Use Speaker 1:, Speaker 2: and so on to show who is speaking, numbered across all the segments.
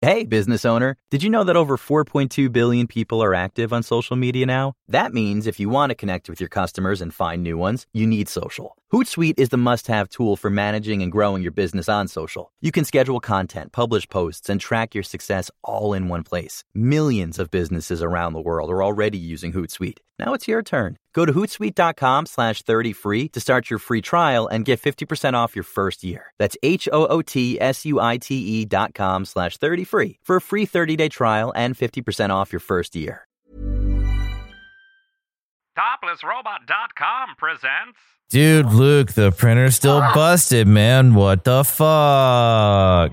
Speaker 1: Hey, business owner, did you know that over 4.2 billion people are active on social media now? That means if you want to connect with your customers and find new ones, you need social. Hootsuite is the must have tool for managing and growing your business on social. You can schedule content, publish posts, and track your success all in one place. Millions of businesses around the world are already using Hootsuite. Now it's your turn. Go to hootsuite.com slash 30 free to start your free trial and get 50% off your first year. That's H O O T S U I T E dot com slash 30 free for a free 30 day trial and 50% off your first year.
Speaker 2: ToplessRobot.com presents.
Speaker 3: Dude, Luke, the printer's still busted, man. What the fuck?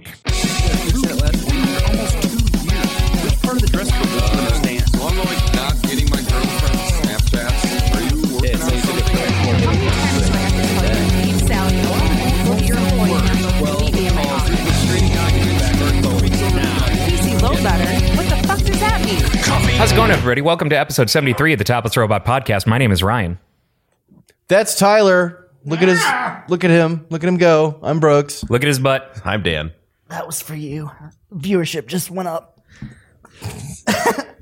Speaker 4: How's it going, everybody? Welcome to episode 73 of the Topless Robot Podcast. My name is Ryan.
Speaker 5: That's Tyler. Look at his. Look at him. Look at him go. I'm Brooks.
Speaker 4: Look at his butt.
Speaker 3: I'm Dan.
Speaker 6: That was for you. Viewership just went up.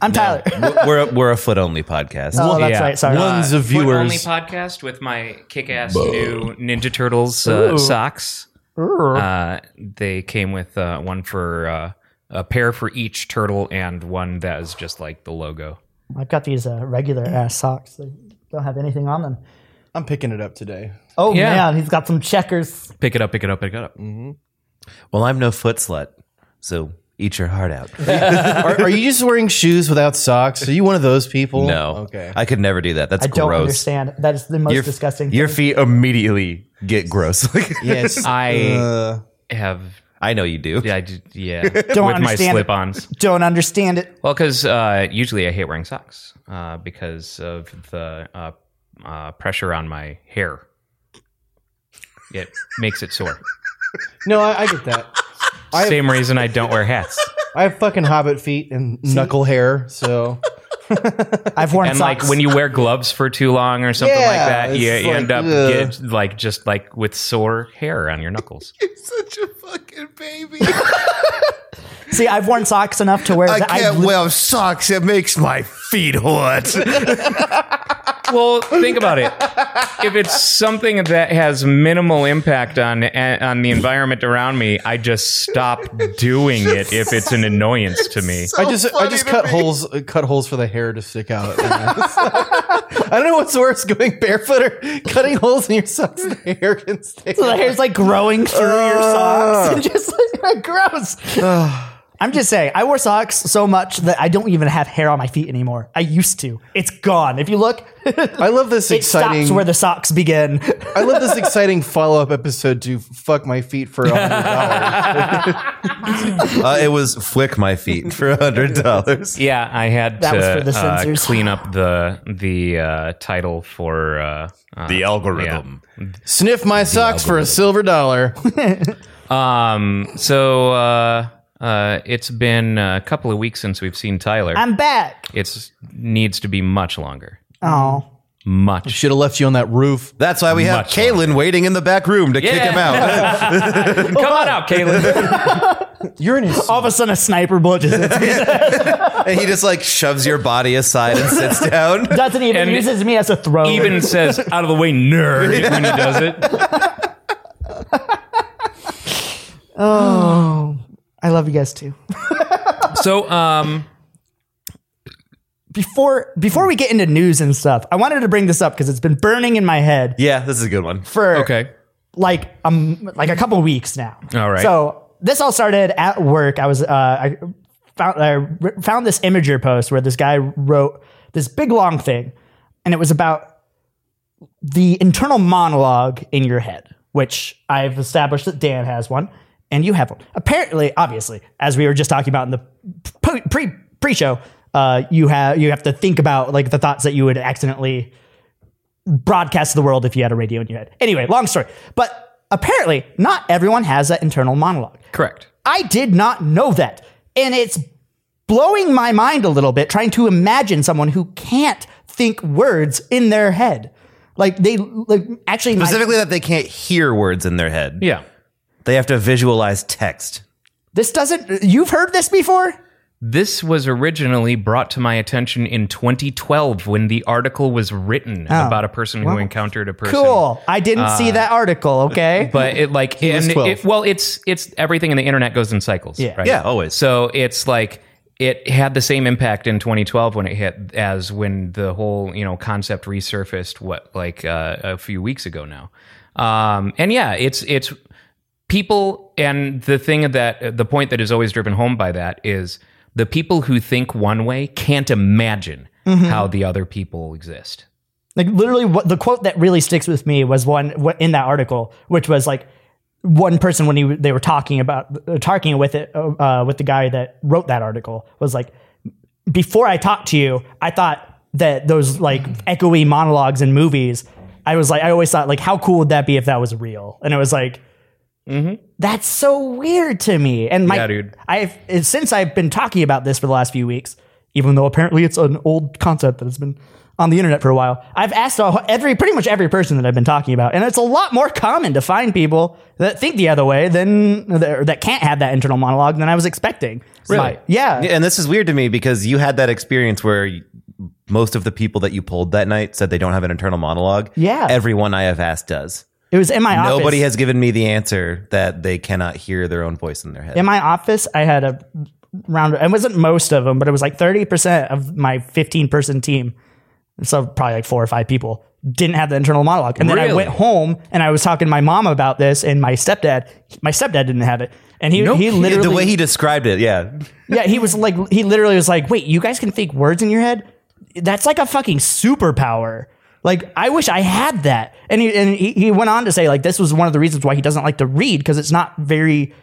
Speaker 6: I'm Tyler.
Speaker 3: We're a, we're a foot only podcast.
Speaker 6: Oh, that's
Speaker 4: yeah.
Speaker 6: right. Sorry.
Speaker 5: Ones of
Speaker 4: only
Speaker 5: viewers.
Speaker 4: podcast with my kick-ass new Ninja Turtles uh, socks. Uh, they came with uh, one for uh, a pair for each turtle and one that is just like the logo.
Speaker 6: I've got these uh, regular ass socks. They don't have anything on them.
Speaker 5: I'm picking it up today.
Speaker 6: Oh
Speaker 4: Yeah.
Speaker 6: man, he's got some checkers.
Speaker 4: Pick it up, pick it up, pick it up.
Speaker 3: Well, I'm no foot slut, so eat your heart out.
Speaker 5: Are, are you just wearing shoes without socks? Are you one of those people?
Speaker 3: No.
Speaker 5: Okay.
Speaker 3: I could never do that. That's
Speaker 6: I don't
Speaker 3: gross.
Speaker 6: understand. That is the most
Speaker 3: Your, f-
Speaker 6: disgusting.
Speaker 3: Your
Speaker 6: thing.
Speaker 3: feet immediately get gross.
Speaker 5: yes.
Speaker 4: I
Speaker 5: Uh,
Speaker 4: have,
Speaker 3: I know you do.
Speaker 4: I did, yeah, with my
Speaker 6: understand it.
Speaker 4: slip-ons.
Speaker 6: don't understand it.
Speaker 4: Well, because uh, usually I hate wearing socks uh, because of the uh, uh, pressure on my hair. It makes it sore.
Speaker 5: no, I, I get that. I-
Speaker 4: Same reason I don't wear hats.
Speaker 5: I have fucking hobbit feet and knuckle hair, so
Speaker 6: I've worn
Speaker 4: And
Speaker 6: socks.
Speaker 4: like when you wear gloves for too long or something
Speaker 5: Yeah,
Speaker 4: like that, you,
Speaker 5: it's
Speaker 4: you end
Speaker 5: like,
Speaker 4: up
Speaker 5: ugh.
Speaker 4: get, like just like with sore hair on your knuckles.
Speaker 7: Such a fucking baby.
Speaker 6: see, I've worn socks enough to wear.
Speaker 7: I
Speaker 6: that-
Speaker 7: can't wear socks. It makes my feet hurt.
Speaker 4: well, think about it. If it's something that has minimal impact on eh, on the environment around me, I just stop doing it if it's an annoyance to me.
Speaker 5: I just I
Speaker 7: funny
Speaker 5: just
Speaker 7: to
Speaker 5: cut
Speaker 7: me.
Speaker 5: holes uh, cut holes for the hair to stick out. I don't know what's worse, going barefoot or cutting holes in your socks so the hair can stick.
Speaker 6: so the hair's like growing through your socks. It's just like, gross. I'm just saying, I wore socks so much that I don't even have hair on my feet anymore. I used to. It's gone. If you look,
Speaker 5: I love this
Speaker 6: it stops
Speaker 5: exciting.
Speaker 6: where the socks begin.
Speaker 5: I love this exciting follow up episode to fuck my feet for a hundred dollars.
Speaker 3: Uh, it was flick my feet for $100.
Speaker 4: Yeah, I had
Speaker 6: That
Speaker 4: to
Speaker 6: was for the
Speaker 4: uh,
Speaker 6: censors.
Speaker 4: clean up the the uh, title for uh, uh,
Speaker 7: The algorithm.
Speaker 5: Sniff my socks for a silver dollar.
Speaker 4: Um, so uh, uh, it's been a couple of weeks since we've seen Tyler.
Speaker 6: I'm back.
Speaker 4: it's needs to be much longer,
Speaker 6: Oh.
Speaker 4: much.
Speaker 5: Should have left you on that roof.
Speaker 3: That's why we have
Speaker 4: Much
Speaker 3: Kaylin waiting in the back room to kick
Speaker 4: Yeah.
Speaker 3: him out.
Speaker 4: Come on out, Caleb.
Speaker 5: You're in his.
Speaker 6: All of a sudden, a sniper bullet just hits me.
Speaker 3: and he just like shoves your body aside and sits down.
Speaker 6: doesn't even
Speaker 4: And
Speaker 6: uses me as a throw.
Speaker 4: Even says out of the way, nerd, when he does it.
Speaker 6: oh, I love you guys too.
Speaker 4: So, um,
Speaker 6: Before before we get into news and stuff, I wanted to bring this up because it's been burning in my head
Speaker 3: Yeah, this is a good one.
Speaker 6: for
Speaker 4: okay,
Speaker 6: like um like a couple weeks now.
Speaker 4: All right.
Speaker 6: So this all started at work. I was uh I found I r- found this imager post where this guy wrote this big long thing, and it was about the internal monologue in your head, which I've established that Dan has one and you have one. Apparently, obviously, as we were just talking about in the pre pre show, uh, you have you have to think about like the thoughts that you would accidentally broadcast to the world if you had a radio in your head. Anyway, long story. But apparently, not everyone has that internal monologue.
Speaker 4: correct.
Speaker 6: I did not know that. And it's blowing my mind a little bit trying to imagine someone who can't think words in their head. Like they like actually my-
Speaker 3: Specifically, that they can't hear words in their head.
Speaker 4: Yeah.
Speaker 3: They have to visualize text.
Speaker 6: This doesn't. You've heard this before?
Speaker 4: This was originally brought to my attention in 2012 when the article was written about a person who encountered a person.
Speaker 6: Oh. Cool. I didn't see that article. Okay.
Speaker 4: But it like
Speaker 5: was
Speaker 4: and it-
Speaker 5: 12.
Speaker 4: it- well, it's it's everything in the internet goes in cycles.
Speaker 6: Yeah.
Speaker 4: right?
Speaker 7: Yeah, always.
Speaker 4: So it's like it had the same impact in 2012 when it hit as when the whole you know concept resurfaced. What like uh, a few weeks ago now, um, and yeah, it's it's people and the thing that the point that is always driven home by that is the people who think one way can't imagine
Speaker 6: Mm-hmm.
Speaker 4: how the other people exist.
Speaker 6: like literally what the quote that really sticks with me was one wh- in that article which was like one person when he they were talking about uh, talking with it uh, uh, with the guy that wrote that article was like before i talked to you i thought that those like
Speaker 4: Mm-hmm.
Speaker 6: echoey monologues in movies i was like i always thought like how cool would that be if that was real and it was like that's so weird to me and my
Speaker 4: Mm-hmm. Yeah, dude.
Speaker 6: i've since i've been talking about this for the last few weeks even though apparently it's an old concept that has been on the internet for a while i've asked a- every pretty much every person that i've been talking about and it's a lot more common to find people that think the other way than that that can't have that internal monologue than i was expecting really yeah
Speaker 2: Yeah, and this is weird to me because you had that experience where you- most of the people that you pulled that night said they don't have an internal monologue.
Speaker 6: Yeah.
Speaker 2: Everyone I have asked does.
Speaker 6: it was in my office
Speaker 2: Nobody has given me the answer that they cannot hear their own voice in their head.
Speaker 6: in my office i had a round it wasn't most of them but it was like 30% of my 15 person team so probably like four or five people didn't have the internal monologue and then i
Speaker 4: Really?
Speaker 6: went home and i was talking to my mom about this and my stepdad my stepdad didn't have it and he, he literally
Speaker 2: the way he described it, yeah.
Speaker 6: yeah he was like he literally was like wait you guys can think words in your head that's like a fucking superpower like i wish i had that and he and he, he went on to say like this was one of the reasons why he doesn't like to read because it's not very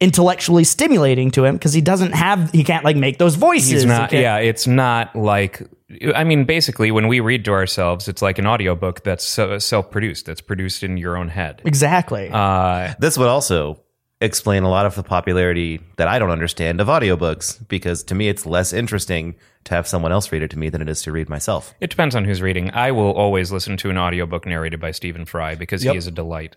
Speaker 6: intellectually stimulating to him because he doesn't have he can't like make those voices
Speaker 4: He's
Speaker 6: He
Speaker 4: not.
Speaker 6: can't-
Speaker 4: Yeah, it's not like. I mean, basically, when we read to ourselves, it's like an audiobook that's uh, self-produced. That's produced in your own head.
Speaker 6: exactly
Speaker 4: Uh,
Speaker 2: This would also explain a lot of the popularity that I don't understand of audiobooks because to me it's less interesting to have someone else read it to me than it is to read myself.
Speaker 4: it depends on who's reading. I will always listen to an audiobook narrated by Stephen Fry because he is a delight.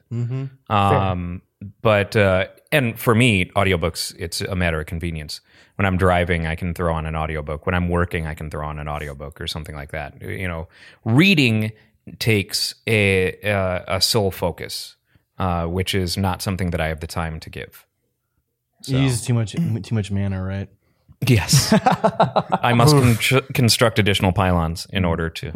Speaker 4: Um, but uh, and for me, audiobooks it's a matter of convenience. When I'm driving, I can throw on an audiobook. When I'm working, I can throw on an audiobook or something like that. You know, reading takes a a, a sole focus, uh, which is not something that I have the time to give.
Speaker 5: You use too much too much mana, right?
Speaker 4: Yes, I must con- construct additional pylons in order to.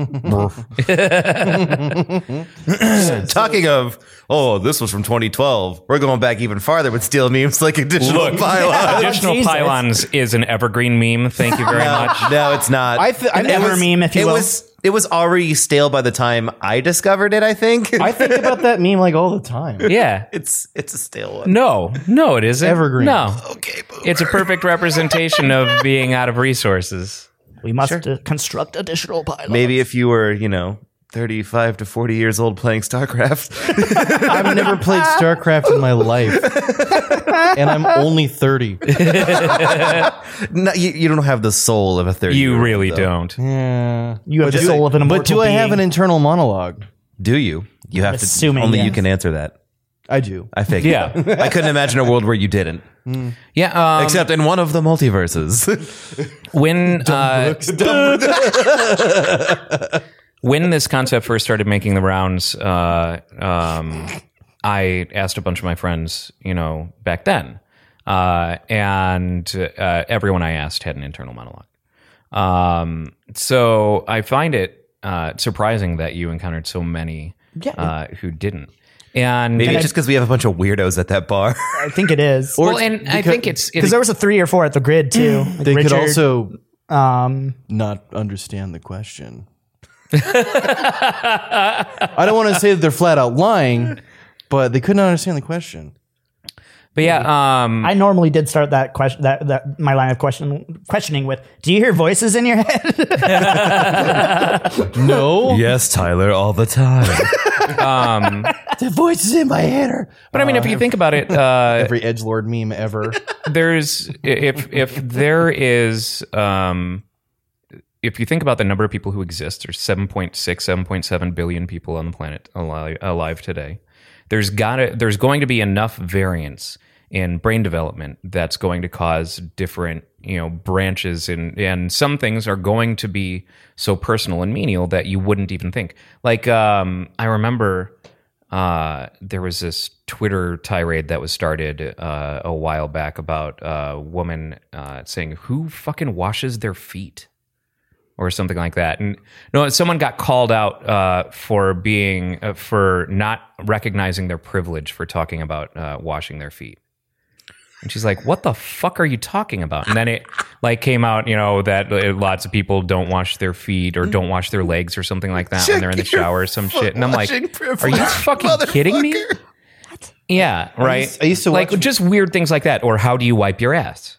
Speaker 2: Talking of, oh, this was from 2012. We're going back even farther with steel memes like additional Look,
Speaker 4: Additional
Speaker 6: Jesus.
Speaker 4: pylons is an evergreen meme. Thank you very much.
Speaker 2: No, it's not.
Speaker 5: I th- I
Speaker 2: It
Speaker 5: think-
Speaker 6: Ever meme, if you
Speaker 2: it
Speaker 6: will.
Speaker 2: was it was already stale by the time I discovered it. I think
Speaker 5: I think about that meme like all the time.
Speaker 4: Yeah.
Speaker 2: it's it's a stale one.
Speaker 4: No, no, it isn't.
Speaker 5: Evergreen.
Speaker 4: No.
Speaker 2: Okay, boomer.
Speaker 4: It's a perfect representation of being out of resources.
Speaker 6: we must uh, construct additional pilots
Speaker 2: maybe if you were you know 35 to 40 years old playing StarCraft.
Speaker 5: I've never played StarCraft in my life, and I'm only thirty.
Speaker 2: no, you, you don't have the soul of a 30.
Speaker 4: You really don't.
Speaker 5: Yeah.
Speaker 6: you have the soul of an immortal
Speaker 5: But do I have an
Speaker 6: being.
Speaker 5: internal monologue?
Speaker 2: do you? You have
Speaker 6: assuming
Speaker 2: to. Only you
Speaker 6: yes.
Speaker 2: can answer that.
Speaker 5: I do.
Speaker 2: I figured.
Speaker 4: Yeah.
Speaker 2: I couldn't imagine a world where you didn't,
Speaker 4: Yeah. Um,
Speaker 2: except in one of the multiverses.
Speaker 4: when uh, when this concept first started making the rounds, uh, um, I asked a bunch of my friends, you know, back then, uh, and uh, everyone I asked had an internal monologue. Um, so I find it uh, surprising that you encountered so many uh, who didn't. And
Speaker 2: Maybe it's just because we have a bunch of weirdos at that bar.
Speaker 6: i think it is
Speaker 4: well, and I think it's,
Speaker 6: because
Speaker 4: it's
Speaker 6: there was a three or four at the grid too like
Speaker 5: They
Speaker 6: Richard,
Speaker 5: could also
Speaker 6: um
Speaker 5: not understand the question. I don't want to say that they're flat out lying, but they couldn't understand the question.
Speaker 4: but yeah, um,
Speaker 6: I normally did start that question that, that my line of question questioning with do you hear voices in your head
Speaker 5: No,
Speaker 2: yes, Tyler, all the time.
Speaker 5: the voice is in my head. Or
Speaker 4: um, but I mean, if you think about it, uh,
Speaker 5: every edge lord meme ever.
Speaker 4: there's if if there is um if you think about the number of people who exist there's 7.6 7.7 billion people on the planet alive, alive today there's got to there's going to be enough variance in brain development that's going to cause different you know branches and and some things are going to be so personal and menial that you wouldn't even think like um i remember uh there was this twitter tirade that was started uh a while back about a woman uh saying who fucking washes their feet or something like that. And no, someone got called out uh, for being uh, for not recognizing their privilege for talking about uh, washing their feet. And she's like, "What the fuck are you talking about?" And then it like came out, you know, that uh, lots of people don't wash their feet or don't wash their legs or something like that when they're in the shower or some shit. And I'm like, "Are you fucking kidding me?" Yeah, right.
Speaker 5: used- I used to
Speaker 4: like
Speaker 5: watch-
Speaker 4: just weird things like that, or how do you wipe your ass?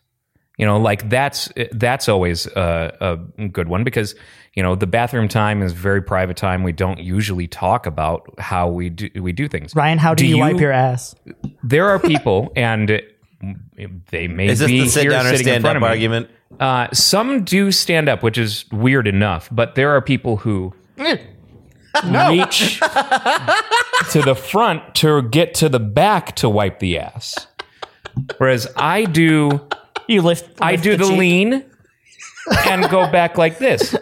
Speaker 4: You know, like that's that's always a, a good one because you know the bathroom time is very private time. We don't usually talk about how we do we do things.
Speaker 6: Ryan, how do, you, wipe your
Speaker 4: ass?
Speaker 6: ass?
Speaker 4: There are people, and they may
Speaker 2: Is this
Speaker 4: be
Speaker 2: the sit
Speaker 4: here
Speaker 2: down or
Speaker 4: sitting in
Speaker 2: stand
Speaker 4: front
Speaker 2: up
Speaker 4: of me.
Speaker 2: argument?
Speaker 4: Uh, some do stand up, which is weird enough, but there are people who reach to the front to get to the back to wipe the ass. Whereas I do,
Speaker 6: You lift.
Speaker 4: I
Speaker 6: lift
Speaker 4: do the,
Speaker 6: cheek.
Speaker 4: lean and go back like this.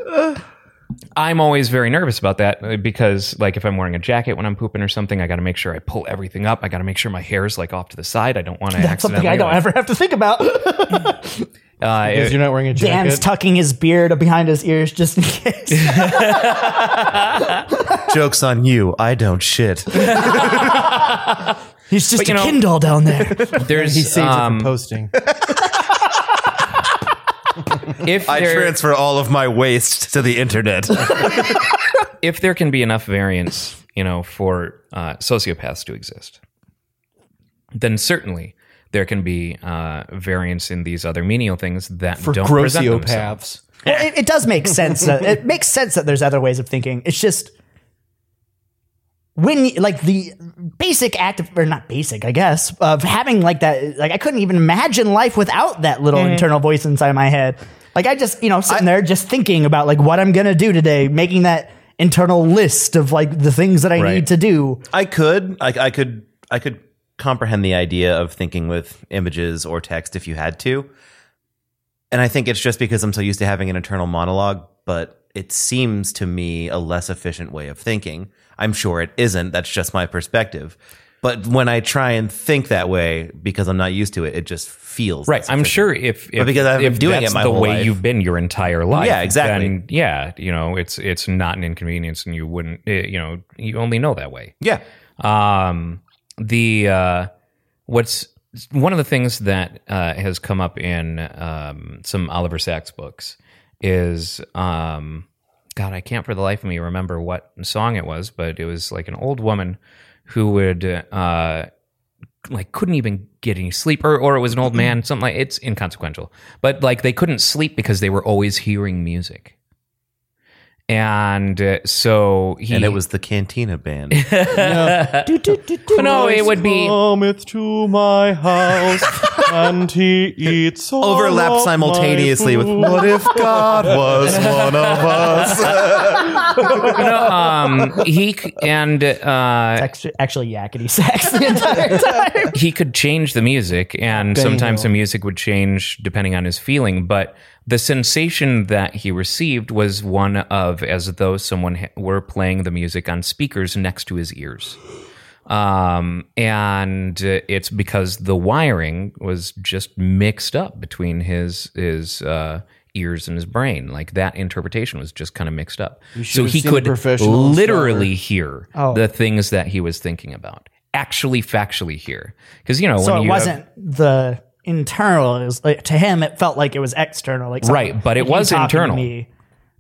Speaker 4: I'm always very nervous about that uh, because, like, if I'm wearing a jacket when I'm pooping or something, I got to make sure I pull everything up. I got to make sure my hair is like off to the side. I don't want to
Speaker 6: That's something
Speaker 4: accidentally.
Speaker 6: I don't
Speaker 4: like,
Speaker 6: ever have to think about.
Speaker 4: uh,
Speaker 5: Because you're not wearing a jacket.
Speaker 6: Dan's tucking his beard behind his ears just in case.
Speaker 2: Joke's on you. I don't shit.
Speaker 6: He's just
Speaker 4: you
Speaker 6: a
Speaker 4: know-
Speaker 6: Kindle down there.
Speaker 4: There's
Speaker 5: he saves it
Speaker 4: um,
Speaker 5: for posting.
Speaker 4: if
Speaker 2: I
Speaker 4: there-
Speaker 2: transfer all of my waste to the internet.
Speaker 4: if there can be enough variance, you know, for uh, sociopaths to exist, then certainly there can be uh, variance in these other menial things that
Speaker 5: For
Speaker 4: don't present themselves.
Speaker 5: grossiopaths.
Speaker 6: Well, it, it does make sense. That, it makes sense that there's other ways of thinking. It's just when, like, the basic act of, or not basic, I guess, of having like that. Like, I couldn't even imagine life without that little internal voice inside my head. Like, I just, you know, sitting there just thinking about like what I'm gonna do today, making that internal list of like the things that I
Speaker 2: Right.
Speaker 6: need to do.
Speaker 2: I could, I, I could, I could comprehend the idea of thinking with images or text if you had to. And I think it's just because I'm so used to having an internal monologue, but it seems to me a less efficient way of thinking. I'm sure it isn't. That's just my perspective. But when I try and think that way because I'm not used to it, it just feels
Speaker 4: Right,
Speaker 2: less
Speaker 4: I'm
Speaker 2: efficient.
Speaker 4: sure if, if
Speaker 2: because I've been
Speaker 4: if
Speaker 2: doing it
Speaker 4: that's
Speaker 2: my
Speaker 4: the
Speaker 2: whole
Speaker 4: way
Speaker 2: life.
Speaker 4: you've been your entire life,
Speaker 2: Yeah, exactly.
Speaker 4: Then yeah, you know, it's it's not an inconvenience, and you wouldn't, eh, you know, you only know that way.
Speaker 2: Yeah.
Speaker 4: Um, the uh, what's one of the things that uh, has come up in um, some Oliver Sacks books is um, God, I can't for the life of me remember what song it was, but it was like an old woman who would uh, like couldn't even get any sleep, or or it was an old man, something like it's inconsequential, but like they couldn't sleep because they were always hearing music. And uh, so he
Speaker 2: And it was the Cantina Band.
Speaker 4: no, it would be
Speaker 5: Cometh to my house and he eats all
Speaker 2: Overlapped
Speaker 5: of my
Speaker 2: simultaneously with
Speaker 5: food.
Speaker 2: What If God Was One of Us?
Speaker 4: no,
Speaker 5: Oh.
Speaker 4: um, he c- and uh,
Speaker 6: Actually, actually yakety sax the entire time.
Speaker 4: he could change the music, and sometimes the music would change depending on his feeling. But the sensation that he received was one of as though someone ha- were playing the music on speakers next to his ears. Um, and uh, it's because the wiring was just mixed up between his his uh, ears and his brain. Like that interpretation was just kind of mixed up. So
Speaker 5: have
Speaker 4: he
Speaker 5: seen a
Speaker 4: could
Speaker 5: professional
Speaker 4: literally hear
Speaker 6: Oh.
Speaker 4: the things that he was thinking about. Actually, factually hear because you know
Speaker 6: So
Speaker 4: when
Speaker 6: it
Speaker 4: you have-
Speaker 6: wasn't the internal. It was like, to him, it felt like it was external, like
Speaker 4: Right,
Speaker 6: something-
Speaker 4: but it
Speaker 6: like you
Speaker 4: was
Speaker 6: talking to
Speaker 4: internal.
Speaker 6: me.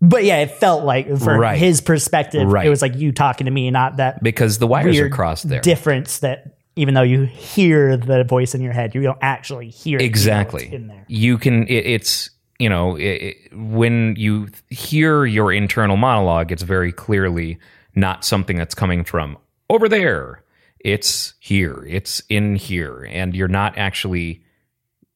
Speaker 6: But yeah, it felt like from
Speaker 4: Right.
Speaker 6: his perspective,
Speaker 4: Right.
Speaker 6: it was like you talking to me, not that
Speaker 4: because the wires are
Speaker 6: weird
Speaker 4: crossed there.
Speaker 6: difference that even though you hear the voice in your head, you don't actually hear it, you know,
Speaker 4: exactly
Speaker 6: it's in there.
Speaker 4: you can it, it's you know it, it- when you th- hear your internal monologue it's very clearly not something that's coming from over there it's here it's in here and you're not actually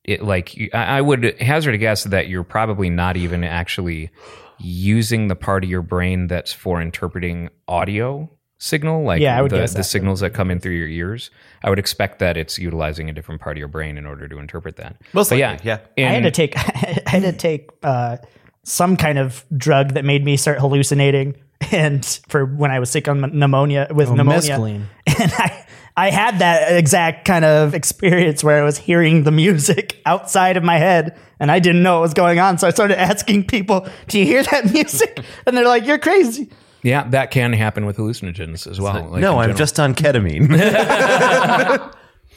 Speaker 4: it like you- I, I would hazard a guess that you're probably not even actually using the part of your brain that's for interpreting audio signal, like
Speaker 6: Yeah, I would
Speaker 4: the,
Speaker 6: guess
Speaker 4: the
Speaker 6: that.
Speaker 4: signals that come in through your ears. I would expect that it's utilizing a different part of your brain in order to interpret that.
Speaker 2: Most
Speaker 4: But
Speaker 2: likely, yeah.
Speaker 6: I had
Speaker 4: And-
Speaker 6: to take I had to take uh, some kind of drug that made me start hallucinating, and for when I was sick on pneumonia with pneumonia,
Speaker 5: mescaline.
Speaker 6: and I I had that exact kind of experience where I was hearing the music outside of my head, and I didn't know what was going on, so I started asking people, "Do you hear that music?" and they're like, "You're crazy."
Speaker 4: yeah, that can happen with hallucinogens as well. like in
Speaker 2: no, I'm
Speaker 4: general.
Speaker 2: just on ketamine.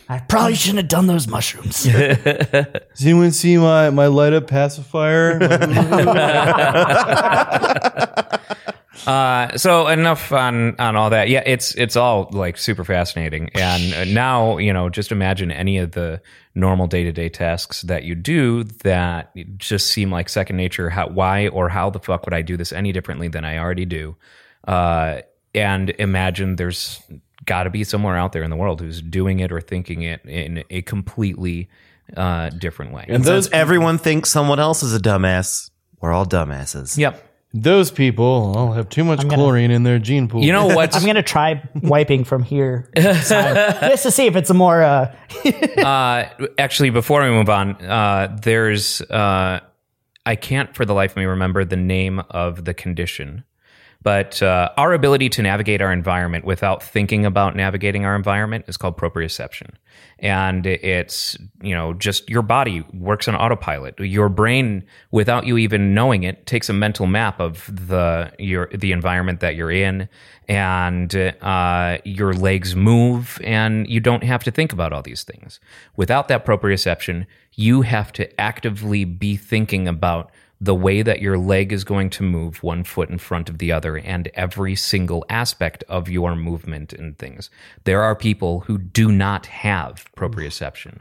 Speaker 6: I probably shouldn't have done those mushrooms.
Speaker 5: Does anyone see my, my light up pacifier?
Speaker 4: Uh, so enough on on all that. Yeah, it's it's all like super fascinating. And uh, now you know, just imagine any of the normal day to day tasks that you do that just seem like second nature. How, why or how the fuck would I do this any differently than I already do? Uh, and imagine there's got to be somewhere out there in the world who's doing it or thinking it in a completely uh, different way.
Speaker 2: and those everyone thinks someone else is a dumbass. We're all dumbasses.
Speaker 4: Yep.
Speaker 5: Those people all have too much
Speaker 6: gonna-
Speaker 5: chlorine in their gene pool.
Speaker 4: You know what's
Speaker 6: I'm gonna try wiping from here aside, just to see if it's a more. Uh,
Speaker 4: uh, actually, before we move on, uh, there's uh, I can't for the life of me remember the name of the condition, but uh, our ability to navigate our environment without thinking about navigating our environment is called proprioception, and it's you know just your body works on autopilot. Your brain, without you even knowing it, takes a mental map of the your the environment that you're in, and uh, your legs move, and you don't have to think about all these things. Without that proprioception, you have to actively be thinking about the way that your leg is going to move one foot in front of the other and every single aspect of your movement and things. There are people who do not have proprioception.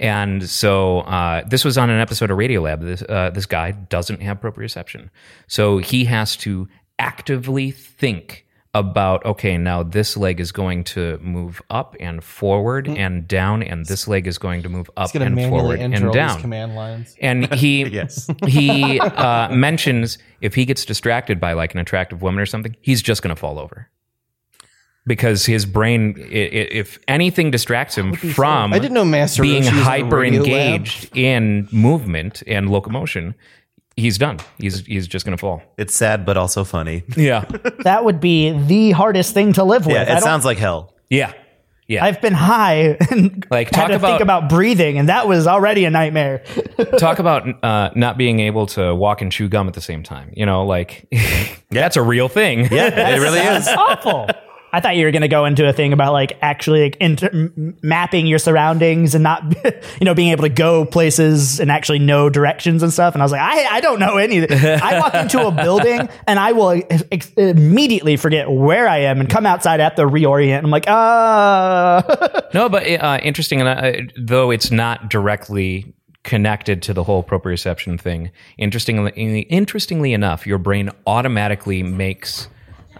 Speaker 4: And so uh, this was on an episode of Radiolab. This, uh, this guy doesn't have proprioception. So he has to actively think about okay now this leg is going to move up and forward and down and this leg is going to move up
Speaker 5: It's gonna
Speaker 4: and
Speaker 5: manually
Speaker 4: forward
Speaker 5: enter
Speaker 4: and
Speaker 5: all
Speaker 4: down
Speaker 5: these command lines.
Speaker 4: and he he uh, mentions if he gets distracted by like an attractive woman or something, he's just going to fall over because his brain, i- i- if anything distracts him from
Speaker 5: I didn't know Master
Speaker 4: being
Speaker 5: Roshi was on
Speaker 4: hyper
Speaker 5: Radio Lab.
Speaker 4: engaged in movement and locomotion, he's done. He's he's just going to fall.
Speaker 2: It's sad, but also funny.
Speaker 4: Yeah,
Speaker 6: that would be the hardest thing to live with. I
Speaker 2: Yeah,
Speaker 6: don't
Speaker 2: it sounds like hell.
Speaker 4: yeah, yeah.
Speaker 6: I've been high and
Speaker 4: Like,
Speaker 6: had
Speaker 4: talk
Speaker 6: to
Speaker 4: about-
Speaker 6: think about breathing, and that was already a nightmare.
Speaker 4: Talk about uh, not being able to walk and chew gum at the same time. You know, like that's a real thing.
Speaker 2: Yeah, it really is.
Speaker 6: Awful. I thought you were going to go into a thing about like actually like inter- m- mapping your surroundings and not, you know, being able to go places and actually know directions and stuff. And I was like, I, I don't know anything. I walk into a building and I will ex- immediately forget where I am and come outside I have to reorient. I'm like, uh,
Speaker 4: No, but uh, interesting, and uh, though it's not directly connected to the whole proprioception thing. Interestingly, interestingly enough, your brain automatically makes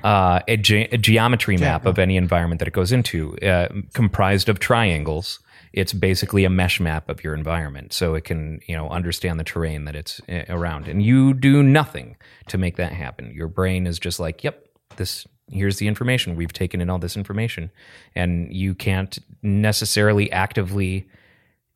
Speaker 4: uh, a, ge- a geometry map of any environment that it goes into, uh, comprised of triangles. It's basically a mesh map of your environment, so it can you know understand the terrain that it's uh, around. And you do nothing to make that happen. Your brain is just like, yep, this here's the information we've taken in all this information and you can't necessarily actively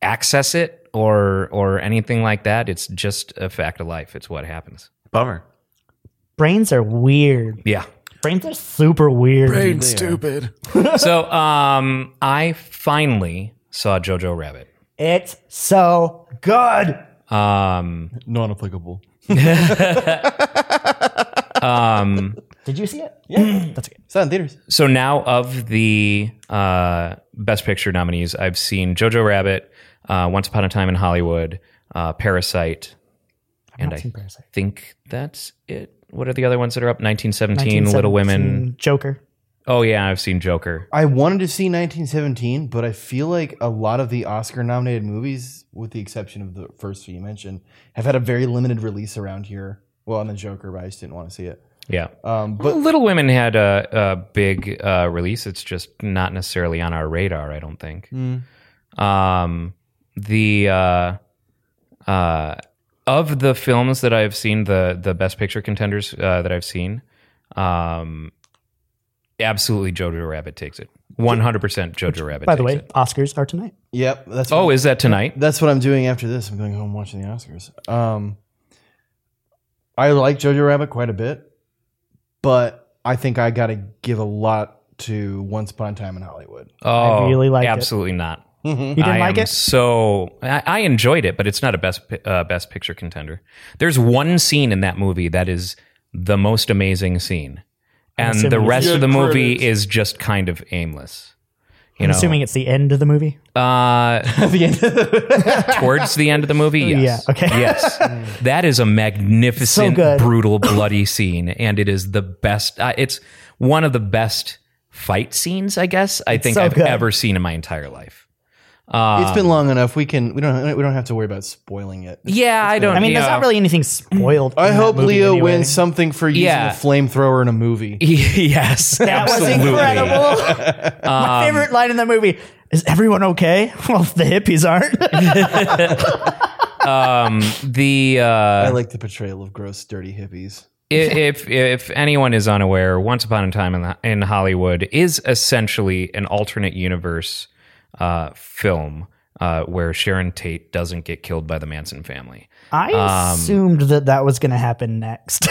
Speaker 4: access it or or anything like that it's just a fact of life it's what happens
Speaker 2: Bummer.
Speaker 6: brains are weird.
Speaker 4: yeah
Speaker 6: Brains are super weird.
Speaker 7: stupid.
Speaker 4: so um i finally saw jojo rabbit
Speaker 6: It's so good.
Speaker 4: um
Speaker 5: Non applicable.
Speaker 4: um
Speaker 6: Did you see it? Yeah, that's okay.
Speaker 5: It's not in theaters.
Speaker 4: so now of the uh, best picture nominees, I've seen Jojo Rabbit, uh, Once Upon a Time in Hollywood, uh, Parasite, and I
Speaker 6: Parasite.
Speaker 4: think that's it. What are the other ones that are up? 1917, Little Women.
Speaker 6: Joker.
Speaker 4: Oh yeah, I've seen Joker.
Speaker 5: I wanted to see 1917, but I feel like a lot of the Oscar nominated movies, with the exception of the first two you mentioned, have had a very limited release around here. Well, on the Joker, but I just didn't want to see it.
Speaker 4: Yeah,
Speaker 5: Um, but
Speaker 4: but Little Women had a, a big uh, release. It's just not necessarily on our radar. I don't think.
Speaker 5: Mm.
Speaker 4: Um, the uh, uh, of the films that I've seen, the the best picture contenders uh, that I've seen, um, absolutely Jojo Rabbit takes it. 100% Jojo Rabbit
Speaker 6: By
Speaker 4: takes
Speaker 6: the way,
Speaker 4: it.
Speaker 6: Oscars are tonight.
Speaker 5: Yep. That's
Speaker 4: Oh,
Speaker 5: what,
Speaker 4: is that tonight?
Speaker 5: that's what I'm doing after this. I'm going home watching the Oscars. Um, I like Jojo Rabbit quite a bit, but I think I got to give a lot to Once Upon a Time in Hollywood.
Speaker 4: Oh,
Speaker 6: really liked it.
Speaker 4: absolutely not.
Speaker 5: Mm-hmm.
Speaker 6: You didn't
Speaker 4: I
Speaker 6: like
Speaker 4: am
Speaker 6: it?
Speaker 4: So I, I enjoyed it, but it's not a best pi- uh, best picture contender. There's one scene in that movie that is the most amazing scene, and
Speaker 6: assuming
Speaker 4: the
Speaker 6: it's-
Speaker 4: rest of
Speaker 7: Good
Speaker 4: the movie
Speaker 7: critics.
Speaker 4: is just kind of aimless. You
Speaker 6: I'm
Speaker 4: know,
Speaker 6: assuming it's the end of the movie.
Speaker 4: uh,
Speaker 5: At the end.
Speaker 4: towards the end of the movie. Yes.
Speaker 6: Yeah, okay.
Speaker 4: Yes, that is a
Speaker 6: So
Speaker 4: magnificent,
Speaker 6: good.
Speaker 4: brutal, bloody scene, and it is the best. Uh, it's one of the best fight scenes, I guess. I think
Speaker 6: so
Speaker 4: I've
Speaker 6: good.
Speaker 4: ever seen in my entire life.
Speaker 5: it's been long enough. We can we don't we don't have to worry about spoiling it.
Speaker 4: Yeah, I don't.
Speaker 6: I mean,
Speaker 4: you
Speaker 6: there's
Speaker 4: know.
Speaker 6: not really anything spoiled.
Speaker 5: I
Speaker 6: in that
Speaker 5: hope
Speaker 6: movie
Speaker 5: Leo
Speaker 6: anyway.
Speaker 5: wins something for using
Speaker 4: Yeah.
Speaker 5: a flamethrower in a movie.
Speaker 4: yes,
Speaker 6: That was
Speaker 4: absolutely. Um,
Speaker 6: incredible. My favorite line in that movie is everyone okay? Well, the hippies aren't.
Speaker 4: Um, the
Speaker 5: I
Speaker 4: uh,
Speaker 5: like the portrayal of gross, dirty hippies.
Speaker 4: i- if if anyone is unaware, Once Upon a Time in, in Hollywood is essentially an alternate universe uh, film uh, where Sharon Tate doesn't get killed by the Manson family.
Speaker 6: I
Speaker 4: Um,
Speaker 6: assumed that that was going to happen next.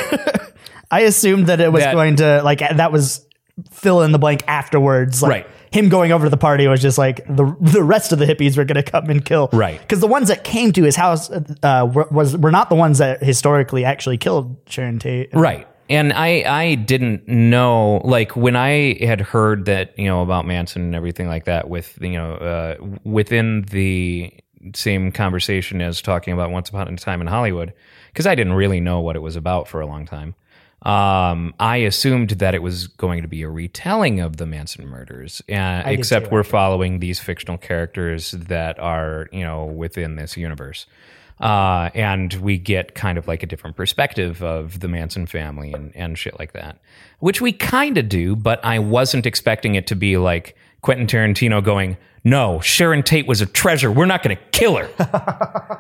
Speaker 6: I assumed that it was
Speaker 4: That-
Speaker 6: going to like that was fill in the blank afterwards. Like,
Speaker 4: Right.
Speaker 6: Him going over to the party was just like the the rest of the hippies were going to come and kill.
Speaker 4: Right.
Speaker 6: Because the ones that came to his house uh, were, was were not the ones that historically actually killed Sharon Tate.
Speaker 4: Right. And I, I didn't know, like, when I had heard that, you know, about Manson and everything like that, with, you know, uh, within the same conversation as talking about Once Upon a Time in Hollywood, because I didn't really know what it was about for a long time, um, I assumed that it was going to be a retelling of the Manson murders, uh,
Speaker 6: did
Speaker 4: except
Speaker 6: too.
Speaker 4: we're following these fictional characters that are, you know, within this universe uh, and we get kind of like a different perspective of the Manson family and, and shit like that, which we kind of do, but I wasn't expecting it to be like Quentin Tarantino going, no, Sharon Tate was a treasure. We're not going to kill her.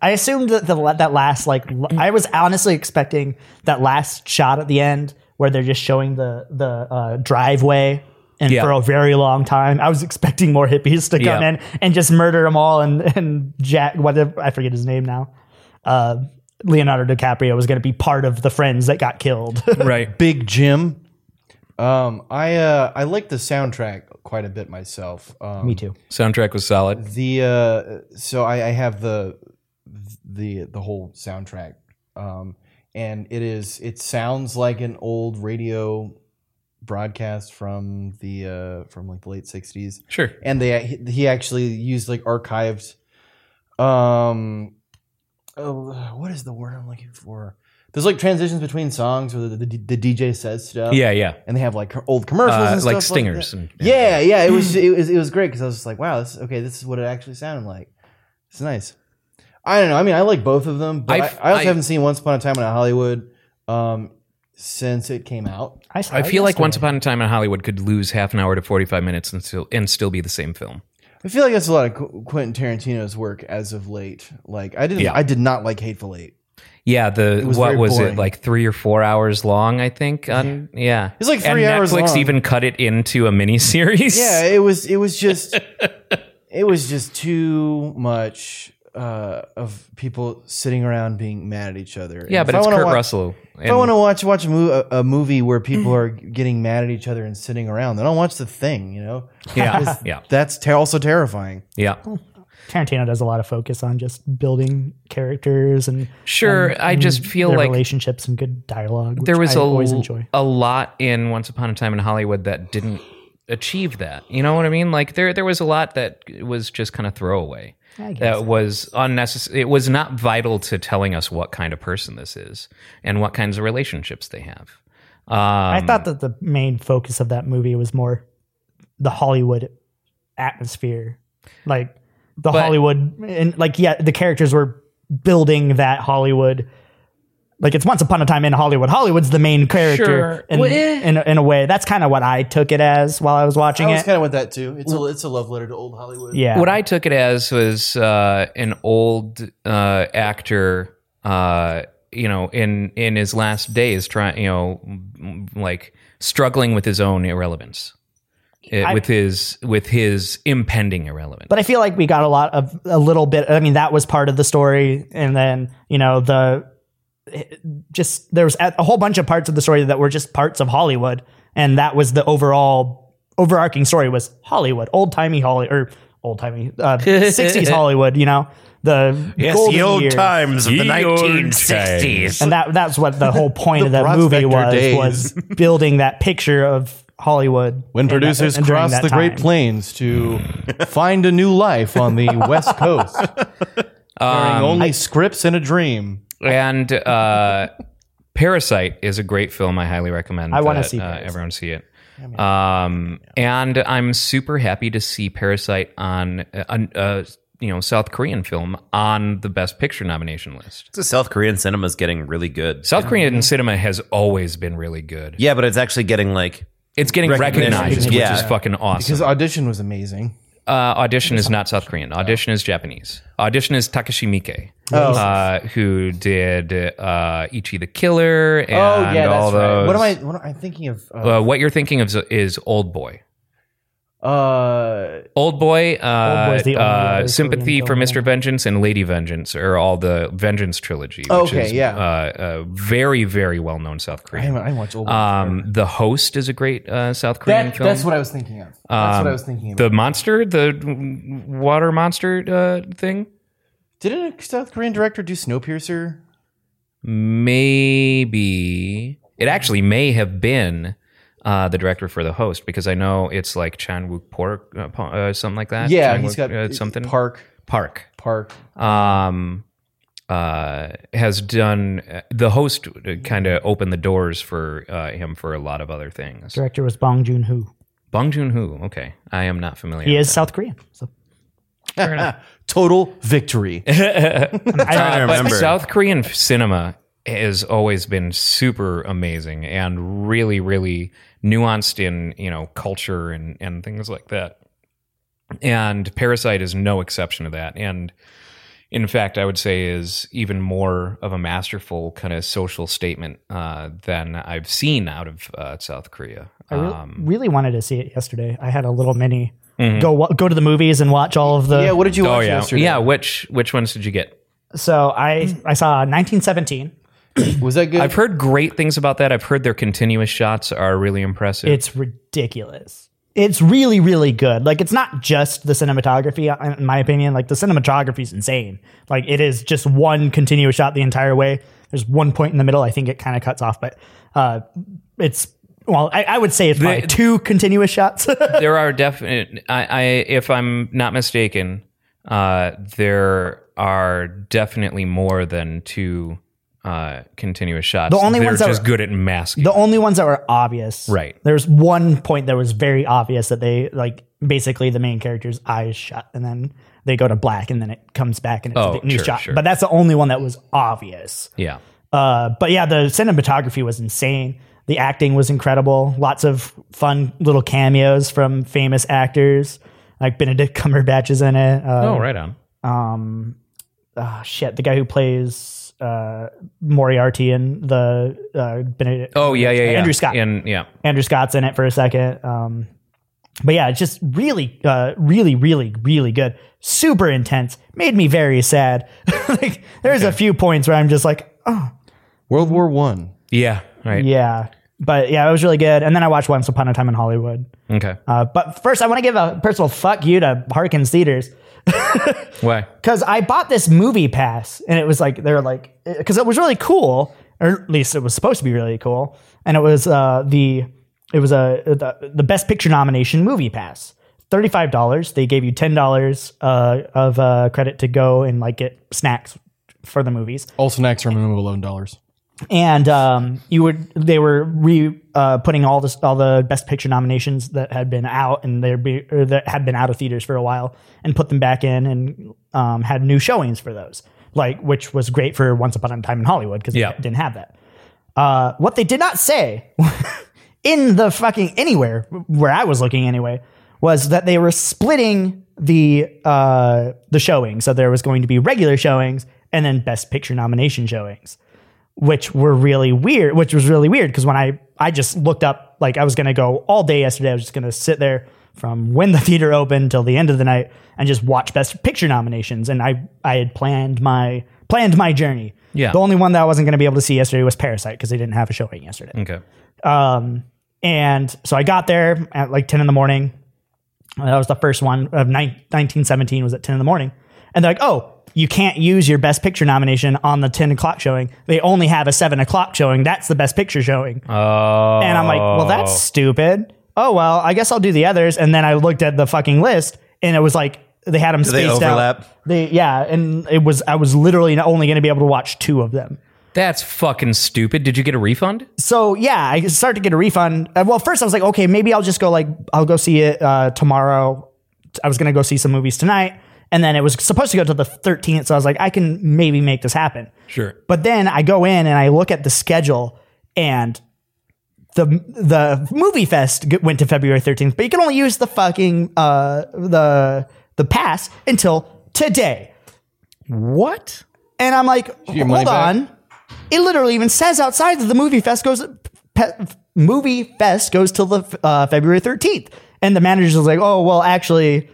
Speaker 6: I assumed that the that last like l- I was honestly expecting that last shot at the end where they're just showing the the uh, driveway and
Speaker 4: Yeah.
Speaker 6: for a very long time I was expecting more hippies to come
Speaker 4: Yeah.
Speaker 6: in and just murder them all and and Jack whatever I forget his name now uh, Leonardo DiCaprio was going to be part of the friends that got killed.
Speaker 4: right.
Speaker 5: Big Jim. Um, I uh, I like the soundtrack quite a bit myself. Um,
Speaker 6: too.
Speaker 4: Soundtrack was solid.
Speaker 5: The uh, so I, I have the the the whole soundtrack, um, and it is it sounds like an old radio broadcast from the uh, from like the late sixties,
Speaker 4: Sure.
Speaker 5: and they he- he actually used like archived, um, oh, what is the word I'm looking for? There's like transitions between songs where the, the, the DJ says stuff
Speaker 4: Yeah, yeah.
Speaker 5: and they have like old commercials
Speaker 4: Uh,
Speaker 5: and stuff
Speaker 4: like
Speaker 5: that.
Speaker 4: stingers. and,
Speaker 5: yeah, yeah, it was it was it was great because I was just like, wow, this okay, this is what it actually sounded like. It's nice. I don't know. I mean, I like both of them, but I,
Speaker 4: I've-
Speaker 5: I also
Speaker 4: I-
Speaker 5: haven't seen Once Upon a Time in Hollywood um, since it came out.
Speaker 6: I, saw
Speaker 4: I
Speaker 6: it
Speaker 4: feel like
Speaker 6: yesterday.
Speaker 4: Once Upon a Time in Hollywood could lose half an hour to 45 minutes and still, and still be the same film.
Speaker 5: I feel like that's a lot of Qu- Quentin Tarantino's work as of late. Like I didn't,
Speaker 4: Yeah.
Speaker 5: I did not like Hateful Eight.
Speaker 4: Yeah, the
Speaker 5: was
Speaker 4: what
Speaker 5: very
Speaker 4: was
Speaker 5: boring. Mm-hmm.
Speaker 4: it like three or four hours long? I think. On, yeah,
Speaker 5: It's like three
Speaker 4: and
Speaker 5: hours
Speaker 4: Netflix
Speaker 5: long.
Speaker 4: even cut it into a mini series.
Speaker 5: Yeah, it was it was just it was just too much uh, of people sitting around being mad at each other.
Speaker 4: yeah,
Speaker 5: And
Speaker 4: but
Speaker 5: if I
Speaker 4: it's
Speaker 5: wanna
Speaker 4: Kurt
Speaker 5: wa-
Speaker 4: Russell.
Speaker 5: If I want to watch watch a, mo- a- a movie where people are getting mad at each other and sitting around, then I'll watch the thing. You know,
Speaker 4: yeah, yeah,
Speaker 5: that's ter- also terrifying.
Speaker 4: yeah.
Speaker 5: Oh,
Speaker 6: Tarantino does a lot of focus on just building characters and
Speaker 4: Sure, I just feel
Speaker 6: their
Speaker 4: like
Speaker 6: relationships and good dialogue. Which
Speaker 4: there was
Speaker 6: I
Speaker 4: a
Speaker 6: always enjoy.
Speaker 4: a lot in Once Upon a Time in Hollywood that didn't achieve that. You know what I mean? Like there there was a lot that was just kind of throwaway.
Speaker 6: I guess.
Speaker 4: That Uh, was unnecessary. It was not vital to telling us what kind of person this is and what kinds of relationships they have. Um,
Speaker 6: I thought that the main focus of that movie was more the Hollywood atmosphere, like the
Speaker 4: But-
Speaker 6: Hollywood, and like yeah, the characters were building that Hollywood. Like it's once upon a time in Hollywood. Hollywood's the main character
Speaker 4: Sure.
Speaker 6: in,
Speaker 4: Well, eh.
Speaker 6: in, a- in a way. That's kind of what I took it as while I was watching
Speaker 5: I
Speaker 6: it.
Speaker 5: was kind of with that too. It's a it's a love letter to old Hollywood.
Speaker 6: yeah,
Speaker 4: What I took it as was uh, an old uh, actor uh, you know, in in his last days, trying, you know, m- like struggling with his own irrelevance, eh,
Speaker 6: I-
Speaker 4: with his with his impending irrelevance.
Speaker 6: But I feel like we got a lot of a little bit. I mean, that was part of the story, and then you know the just there was a a whole bunch of parts of the story that were just parts of Hollywood, and that was the overall overarching story was Hollywood, old timey Holly or old timey uh, sixties Hollywood. You know the
Speaker 7: Yes,
Speaker 6: golden
Speaker 7: the old
Speaker 6: years.
Speaker 7: times of the
Speaker 4: Ye olde
Speaker 7: 1960s.
Speaker 6: and that that's what the whole point of that
Speaker 5: prospector
Speaker 6: movie was
Speaker 5: days.
Speaker 6: was building that picture of Hollywood
Speaker 4: uh,
Speaker 5: When
Speaker 6: in that-
Speaker 5: producers
Speaker 6: and during
Speaker 5: cross
Speaker 6: that
Speaker 5: the Great
Speaker 6: time.
Speaker 5: Plains to find a new life on the West Coast,
Speaker 4: Um,
Speaker 5: carrying only scripts and a dream.
Speaker 4: and uh, Parasite is a great film. I highly recommend.
Speaker 6: I wanna
Speaker 4: that,
Speaker 6: see
Speaker 4: uh,
Speaker 6: Parasite.
Speaker 4: everyone see it. Um, and I'm super happy to see Parasite on uh, an- uh, you know South Korean film on the Best Picture nomination list.
Speaker 2: So South Korean cinema is getting really good.
Speaker 4: South Korean cinema has always been really good.
Speaker 2: Yeah, but it's actually getting like
Speaker 4: It's getting
Speaker 2: Recognition.
Speaker 4: recognized,
Speaker 2: Yeah.
Speaker 4: which is fucking
Speaker 5: Because
Speaker 4: awesome.
Speaker 5: audition was amazing.
Speaker 4: Uh, audition is not South Korean. Audition is Japanese. Audition is Takashi Miike,
Speaker 5: Oh.
Speaker 4: uh, who did uh, Ichi the Killer and
Speaker 5: oh yeah,
Speaker 4: all
Speaker 5: that's right.
Speaker 4: those.
Speaker 5: What am I? What am I thinking of? Uh,
Speaker 4: Uh, what you're thinking of is, is Old Boy.
Speaker 5: uh,
Speaker 4: Old Boy, uh,
Speaker 6: Old Boy's the only other
Speaker 4: uh,
Speaker 6: Korean
Speaker 4: Sympathy for
Speaker 6: film,
Speaker 4: Mr. Vengeance, and Lady Vengeance are all the Vengeance trilogy. Which
Speaker 5: Okay,
Speaker 4: is,
Speaker 5: yeah.
Speaker 4: Uh, uh, very, very well known South
Speaker 5: I, haven't-
Speaker 4: Korean.
Speaker 5: I watched old.
Speaker 4: Um, the Host is a great uh, South Korean
Speaker 5: that,
Speaker 4: film. Um,
Speaker 5: that's what I was thinking of. That's what I was thinking of.
Speaker 4: the monster, the w- water monster uh, thing.
Speaker 5: Didn't a South Korean director do Snowpiercer?
Speaker 4: Maybe it actually may have been uh, the director for the host because I know it's like Chan Wook Park, uh, po- uh, something like that.
Speaker 5: yeah,
Speaker 4: Chan
Speaker 5: he's
Speaker 4: Wook,
Speaker 5: got
Speaker 4: uh, something.
Speaker 5: Park.
Speaker 4: Park.
Speaker 5: Park.
Speaker 4: um, uh, has done uh, the host kind of opened the doors for uh, him for a lot of other things.
Speaker 6: director was Bong Joon Ho.
Speaker 4: Bong Joon Ho. Okay, I am not familiar.
Speaker 6: He
Speaker 4: with
Speaker 6: is South Korean. So
Speaker 5: Total victory.
Speaker 4: that.
Speaker 2: I
Speaker 4: Uh, but
Speaker 2: remember.
Speaker 4: South Korean cinema has always been super amazing and really, really nuanced in you know culture and and things like that. And Parasite is no exception to that. And in fact, I would say is even more of a masterful kind of social statement uh, than I've seen out of uh, South Korea.
Speaker 6: I re-
Speaker 4: Um,
Speaker 6: really wanted to see it yesterday. I had a little mini
Speaker 4: Mhm.
Speaker 6: go wa- go to the movies and watch all of the.
Speaker 5: yeah, what did you
Speaker 4: oh
Speaker 5: watch
Speaker 4: yeah,
Speaker 5: yesterday?
Speaker 4: yeah. Which which ones did you get?
Speaker 6: so I I saw 1917.
Speaker 5: was that good?
Speaker 4: I've heard great things about that. I've heard their continuous shots are really impressive.
Speaker 6: It's ridiculous. It's really really good. Like it's not just the cinematography. uh, In my opinion, like the cinematography is insane. Like it is just one continuous shot the entire way. There's one point in the middle. I think it kind of cuts off, but uh, it's well. I, I would say it's probably two continuous shots.
Speaker 4: there are definite. I, I, if I'm not mistaken, uh, there are definitely more than two uh, continuous shots.
Speaker 6: The only
Speaker 4: They're
Speaker 6: ones that
Speaker 4: just
Speaker 6: were-
Speaker 4: good at masking.
Speaker 6: The only ones that were obvious.
Speaker 4: Right.
Speaker 6: There's one point that was very obvious that they like basically the main character's eyes shut and then they go to black and then it comes back and it's
Speaker 4: Oh,
Speaker 6: a new
Speaker 4: sure,
Speaker 6: shot.
Speaker 4: sure.
Speaker 6: But that's the only one that was obvious.
Speaker 4: yeah,
Speaker 6: Uh, but yeah, the cinematography was insane. The acting was incredible. Lots of fun little cameos from famous actors. Like Benedict Cumberbatch is in it. Uh,
Speaker 4: oh, right on.
Speaker 6: um, ah, shit, the guy who plays uh, Moriarty in the uh, Benedict.
Speaker 4: Oh yeah, yeah, yeah.
Speaker 6: Andrew Scott.
Speaker 4: And yeah,
Speaker 6: Andrew Scott's in it for a second. Um, but yeah, it's just really, uh, really, really, really good. Super intense. Made me very sad. like there's a few points where I'm just like, oh
Speaker 5: World War One.
Speaker 4: yeah, right.
Speaker 6: yeah. But yeah, it was really good. And then I watched Once Upon a Time in Hollywood.
Speaker 4: Okay.
Speaker 6: Uh, but first, I want to give a personal fuck you to Harkins Theaters
Speaker 4: Why?
Speaker 6: because I bought this movie pass and it was like they were like because it was really cool or at least it was supposed to be really cool and it was uh, the it was a the, the best picture nomination movie pass thirty five dollars they gave you ten dollars uh, of uh, credit to go and like get snacks for the movies
Speaker 5: All snacks are minimum eleven dollars.
Speaker 6: and um, you would they were re uh, putting all this all the best picture nominations that had been out and there be or that had been out of theaters for a while and put them back in and um, had new showings for those like which was great for Once Upon a Time in Hollywood because
Speaker 4: Yeah.
Speaker 6: it didn't have that. Uh, what they did not say in the fucking anywhere where I was looking anyway was that they were splitting the uh, the showings. So there was going to be regular showings and then best picture nomination showings which were really weird, which was really weird because when I I just looked up like I was going to go all day yesterday, I was just going to sit there from when the theater opened till the end of the night and just watch best picture nominations and I I had planned my planned my journey.
Speaker 4: Yeah.
Speaker 6: The only one that I wasn't going to be able to see yesterday was Parasite because they didn't have a showing yesterday.
Speaker 4: Okay.
Speaker 6: Um, and so I got there at like 10 in the morning. That was the first one of nine, 1917 was at 10 in the morning. And they're like, oh, you can't use your best picture nomination on the 10 o'clock showing. They only have a seven o'clock showing. That's the best picture showing.
Speaker 4: Oh.
Speaker 6: And I'm like, well, that's stupid. Oh, well, I guess I'll do the others. And then I looked at the fucking list and it was like, they had them
Speaker 2: they
Speaker 6: spaced
Speaker 2: overlap?
Speaker 6: out. They, yeah. And it was, I was literally only going to be able to watch two of them.
Speaker 4: that's fucking stupid. Did you get a refund?
Speaker 6: so yeah, I start to get a refund. Uh, Well, first I was like, okay, maybe I'll just go like I'll go see it uh, tomorrow. I was gonna go see some movies tonight, and then it was supposed to go to the 13th. So I was like, I can maybe make this happen.
Speaker 4: Sure.
Speaker 6: But then I go in and I look at the schedule, and the the movie fest g- went to February 13th, but you can only use the fucking uh, the the pass until today.
Speaker 4: What?
Speaker 6: And I'm like,
Speaker 5: your
Speaker 6: hold
Speaker 5: money back?"
Speaker 6: on. It literally even says outside that the movie fest goes pe- movie fest goes till the uh, February 13th. And the manager's like, oh well, actually.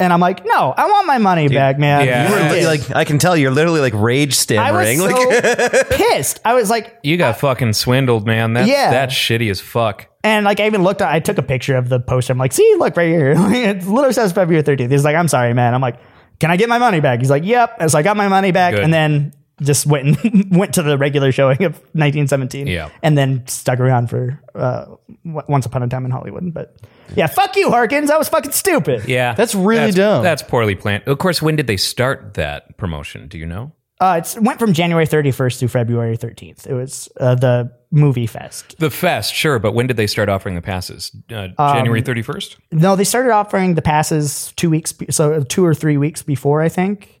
Speaker 6: And I'm like, no, I want my money back, man.
Speaker 4: yeah.
Speaker 2: You were
Speaker 6: Fuck
Speaker 2: li-
Speaker 6: this.
Speaker 2: like I can tell you're literally like rage
Speaker 6: I
Speaker 2: stammering.
Speaker 6: was
Speaker 2: Like,
Speaker 6: so pissed. I was like,
Speaker 4: You got fucking swindled, man. That's,
Speaker 6: Yeah.
Speaker 4: That's shitty as fuck.
Speaker 6: and like I even looked. I took a picture of the poster. I'm like, see, look right here. it literally says February 13th. He's like, I'm sorry, man. I'm like, can I get my money back? He's like, yep. And so I got my money back,
Speaker 4: Good.
Speaker 6: and then just went and went to the regular showing of 1917.
Speaker 4: Yeah.
Speaker 6: and then stuck around for uh, w- Once Upon a Time in Hollywood. But yeah, fuck you, Harkins. I was fucking stupid.
Speaker 4: Yeah.
Speaker 5: That's really dumb.
Speaker 4: That's poorly planned. Of course, when did they start that promotion? Do you know?
Speaker 6: Uh, it's- it went from January 31st to February 13th. It was uh, the movie fest.
Speaker 4: The fest, sure, but when did they start offering the passes? Uh, January
Speaker 6: Um,
Speaker 4: 31st?
Speaker 6: No, they started offering the passes two weeks, be- so two or three weeks before, I think.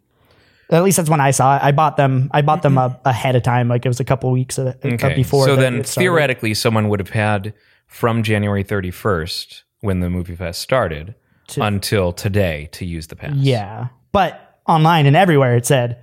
Speaker 6: At least that's when I saw it. I bought them. I bought them up ahead of time. Like it was a couple weeks of, of uh, before.
Speaker 4: So
Speaker 6: that
Speaker 4: then
Speaker 6: it started.
Speaker 4: theoretically, someone would have had from January 31st when the movie fest started until today to use the pass.
Speaker 6: yeah. But online and everywhere, it said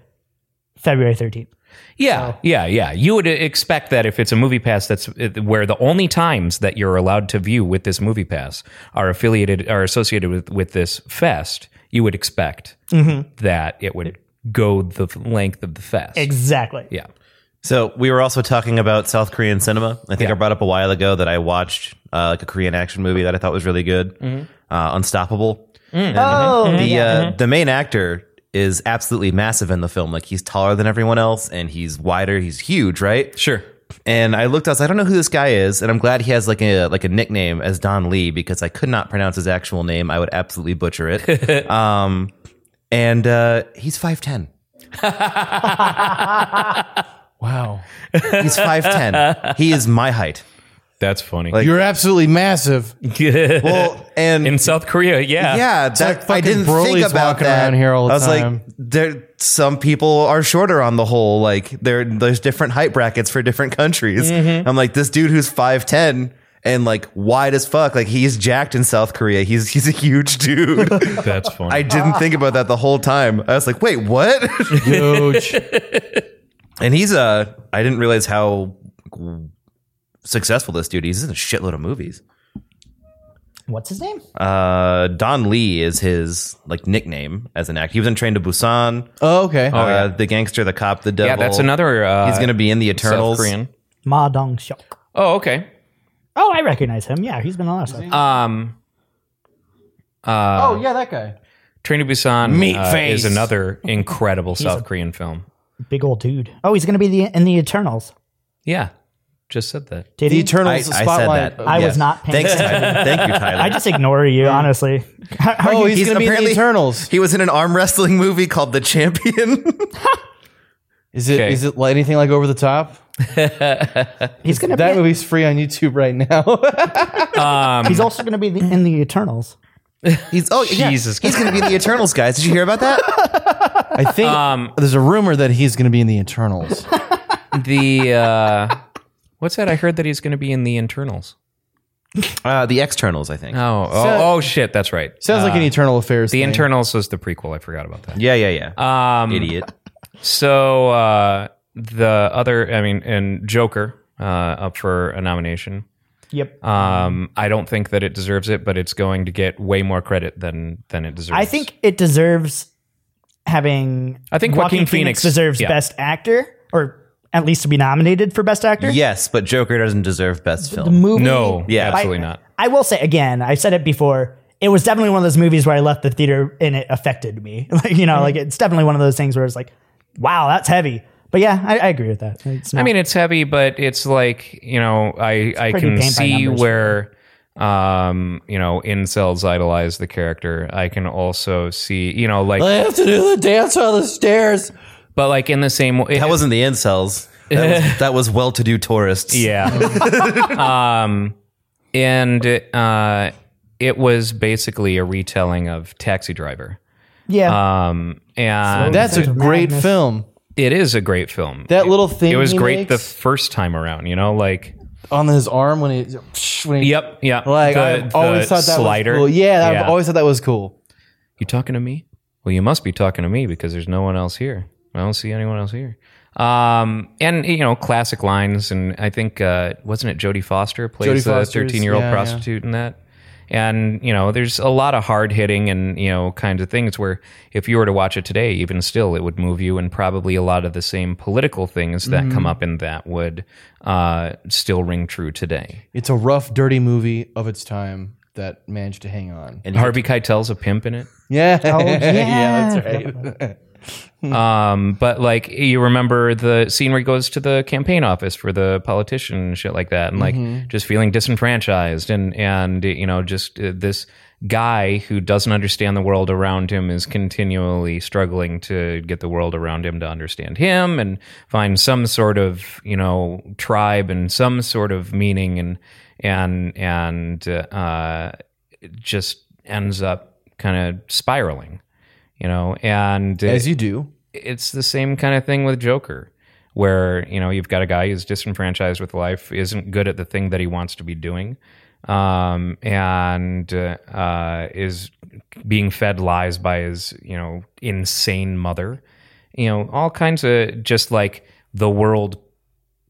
Speaker 6: February thirteenth.
Speaker 4: Yeah. Yeah. Yeah. You would expect that if it's a movie pass that's uh, where the only times that you're allowed to view with this movie pass are affiliated are associated with, with this fest, you would expect
Speaker 6: Mm-hmm.
Speaker 4: that it would go the f- length of the fest.
Speaker 6: Exactly.
Speaker 4: Yeah.
Speaker 2: So we were also talking about South Korean cinema. I think I brought up a while ago that I watched uh, like a Korean action movie that I thought was really good, uh, Unstoppable.
Speaker 6: Oh,
Speaker 2: The
Speaker 6: yeah.
Speaker 2: uh, the main actor is absolutely massive in the film. Like he's taller than everyone else, and he's wider. He's huge, right?
Speaker 4: Sure.
Speaker 2: And I looked outside. I don't know who this guy is, and I'm glad he has like a like a nickname as Don Lee because I could not pronounce his actual name. I would absolutely butcher it. um, and uh, he's five ten.
Speaker 4: Wow.
Speaker 2: He's five ten. he is my height.
Speaker 4: That's funny.
Speaker 5: You're absolutely massive.
Speaker 2: Well, and
Speaker 4: In South Korea, yeah.
Speaker 2: yeah, that,
Speaker 5: like
Speaker 2: I didn't
Speaker 5: fucking
Speaker 2: think
Speaker 5: Broly's
Speaker 2: about
Speaker 5: walking
Speaker 2: that.
Speaker 5: around here all the
Speaker 2: I was
Speaker 5: time.
Speaker 2: like, there. Some people are shorter on the whole. Like there, there's different height brackets for different countries.
Speaker 5: Mm-hmm.
Speaker 2: I'm like this dude who's five ten and like wide as fuck. Like he's jacked in South Korea. He's he's a huge dude.
Speaker 4: That's funny.
Speaker 2: I didn't think about that the whole time. I was like, wait, what?
Speaker 5: Huge.
Speaker 2: and he's uh, I didn't realize how successful this dude. is. He's in a shitload of movies.
Speaker 6: What's his name?
Speaker 2: Uh, Don Lee is his like nickname as an actor. He was in Train to Busan.
Speaker 5: oh, okay.
Speaker 2: uh, the gangster, the cop, the devil.
Speaker 4: yeah, that's another uh,
Speaker 2: He's gonna be in the
Speaker 4: South
Speaker 2: Eternals.
Speaker 4: Korean.
Speaker 6: Ma Dong Seok.
Speaker 4: Oh, okay.
Speaker 6: Oh, I recognize him. Yeah, he's been on our side.
Speaker 4: Um uh,
Speaker 5: oh, yeah, that guy.
Speaker 4: Train to Busan
Speaker 7: Meat
Speaker 4: uh,
Speaker 7: face.
Speaker 4: is another incredible South Korean film.
Speaker 6: Big old dude. Oh, he's gonna be the in the Eternals.
Speaker 4: Yeah, just said that.
Speaker 6: Did
Speaker 5: The
Speaker 6: he?
Speaker 2: I,
Speaker 5: Eternals
Speaker 2: I said
Speaker 5: spotlight. Oh,
Speaker 2: that.
Speaker 6: I was not paying
Speaker 2: Thanks,
Speaker 6: attention.
Speaker 2: Tyler. Thank you, Tyler.
Speaker 6: I just ignore you, honestly. How, how
Speaker 5: Oh,
Speaker 6: you-
Speaker 5: he's,
Speaker 2: He's
Speaker 5: gonna be in the
Speaker 2: apparently-
Speaker 5: Eternals.
Speaker 2: he was in an arm wrestling movie called The Champion.
Speaker 5: Is it? Is
Speaker 4: Okay.
Speaker 5: it like anything like over the top?
Speaker 6: he's gonna
Speaker 5: That
Speaker 6: be.
Speaker 5: movie's free on YouTube right now.
Speaker 4: Um,
Speaker 6: He's also gonna be the, in the Eternals.
Speaker 2: he's oh yeah.
Speaker 4: Jesus
Speaker 2: He's gonna be in the Eternals, guys. Did you hear about that?
Speaker 5: I think Um, there's a rumor that he's going to be in the Eternals.
Speaker 4: The uh, what's that? I heard that he's going to be in the internals.
Speaker 2: Uh, the Externals, I think.
Speaker 4: Oh, oh, oh, shit! That's right.
Speaker 5: Sounds like an Eternal Affairs.
Speaker 4: The
Speaker 5: thing.
Speaker 4: um, internals was the prequel. I forgot about that.
Speaker 2: yeah, yeah, yeah.
Speaker 4: Um,
Speaker 2: Idiot.
Speaker 4: So uh, the other, I mean, and Joker uh, up for a nomination.
Speaker 6: Yep.
Speaker 4: Um, I don't think that it deserves it, but it's going to get way more credit than than it deserves.
Speaker 6: I think it deserves having.
Speaker 4: I think Joaquin Phoenix-
Speaker 6: deserves
Speaker 4: yeah.
Speaker 6: Best Actor, or at least to be nominated for Best Actor.
Speaker 2: Yes, but Joker doesn't deserve best
Speaker 6: The
Speaker 2: film.
Speaker 6: movie.
Speaker 4: no,
Speaker 2: Yeah.
Speaker 4: absolutely not.
Speaker 6: I will say again. I said it before. It was definitely one of those movies where I left the theater and it affected me. Like you know,
Speaker 4: Mm-hmm.
Speaker 6: like it's definitely one of those things where it's like, wow, that's heavy. But yeah, I, I agree with that. It's
Speaker 4: I
Speaker 6: not-
Speaker 4: mean, it's heavy, but it's like you know, I I
Speaker 6: pretty
Speaker 4: can
Speaker 6: paint by
Speaker 4: see
Speaker 6: numbers.
Speaker 4: where um you know incels idolize the character. I can also see you know like
Speaker 5: have to do the dance on the stairs.
Speaker 4: but like in the same way
Speaker 2: That wasn't the incels. That was, that was well-to-do tourists.
Speaker 4: yeah um and uh it was basically a retelling of Taxi Driver.
Speaker 6: yeah,
Speaker 4: Um and
Speaker 5: That's a
Speaker 6: Sense of
Speaker 5: great
Speaker 6: madness.
Speaker 5: film.
Speaker 4: it is a great film.
Speaker 5: That little thing
Speaker 4: it was
Speaker 5: he
Speaker 4: great the
Speaker 5: makes
Speaker 4: first time around, you know, like
Speaker 5: on his arm when he. When he
Speaker 4: yep, yeah.
Speaker 5: Like
Speaker 4: the,
Speaker 5: I've always
Speaker 4: the
Speaker 5: thought that
Speaker 4: slider.
Speaker 5: was cool. Yeah,
Speaker 4: Yeah.
Speaker 5: I've always thought that was cool.
Speaker 4: You talking to me? Well, you must be talking to me because there's no one else here. I don't see anyone else here. Um, and you know, classic lines, and I think uh, wasn't it Jodie Foster
Speaker 5: Jodie
Speaker 3: Jodie
Speaker 4: plays a
Speaker 5: Foster's-
Speaker 4: 13 year old
Speaker 5: yeah, yeah.
Speaker 4: prostitute in that. And you know, there's a lot of hard hitting and you know kinds of things where if you were to watch it today, even still, it would move you, and probably a lot of the same political things that
Speaker 5: Mm-hmm.
Speaker 4: come up in that would uh, still ring true today.
Speaker 5: It's a rough, dirty movie of its time that managed to hang on.
Speaker 2: And
Speaker 4: Harvey Keitel's a pimp in it.
Speaker 5: Yeah,
Speaker 6: yeah.
Speaker 5: that's right.
Speaker 4: Um, but like you remember the scene where he goes to the campaign office for the politician and shit like that, and like just feeling disenfranchised and and you know just uh, this guy who doesn't understand the world around him is continually struggling to get the world around him to understand him and find some sort of you know tribe and some sort of meaning and and and uh, it just ends up kind of spiraling. You know, and
Speaker 5: As you do.
Speaker 4: it's the same kind of thing with Joker, where you know you've got a guy who's disenfranchised with life, isn't good at the thing that he wants to be doing, um, and uh, uh, is being fed lies by his you know insane mother, you know all kinds of just like the world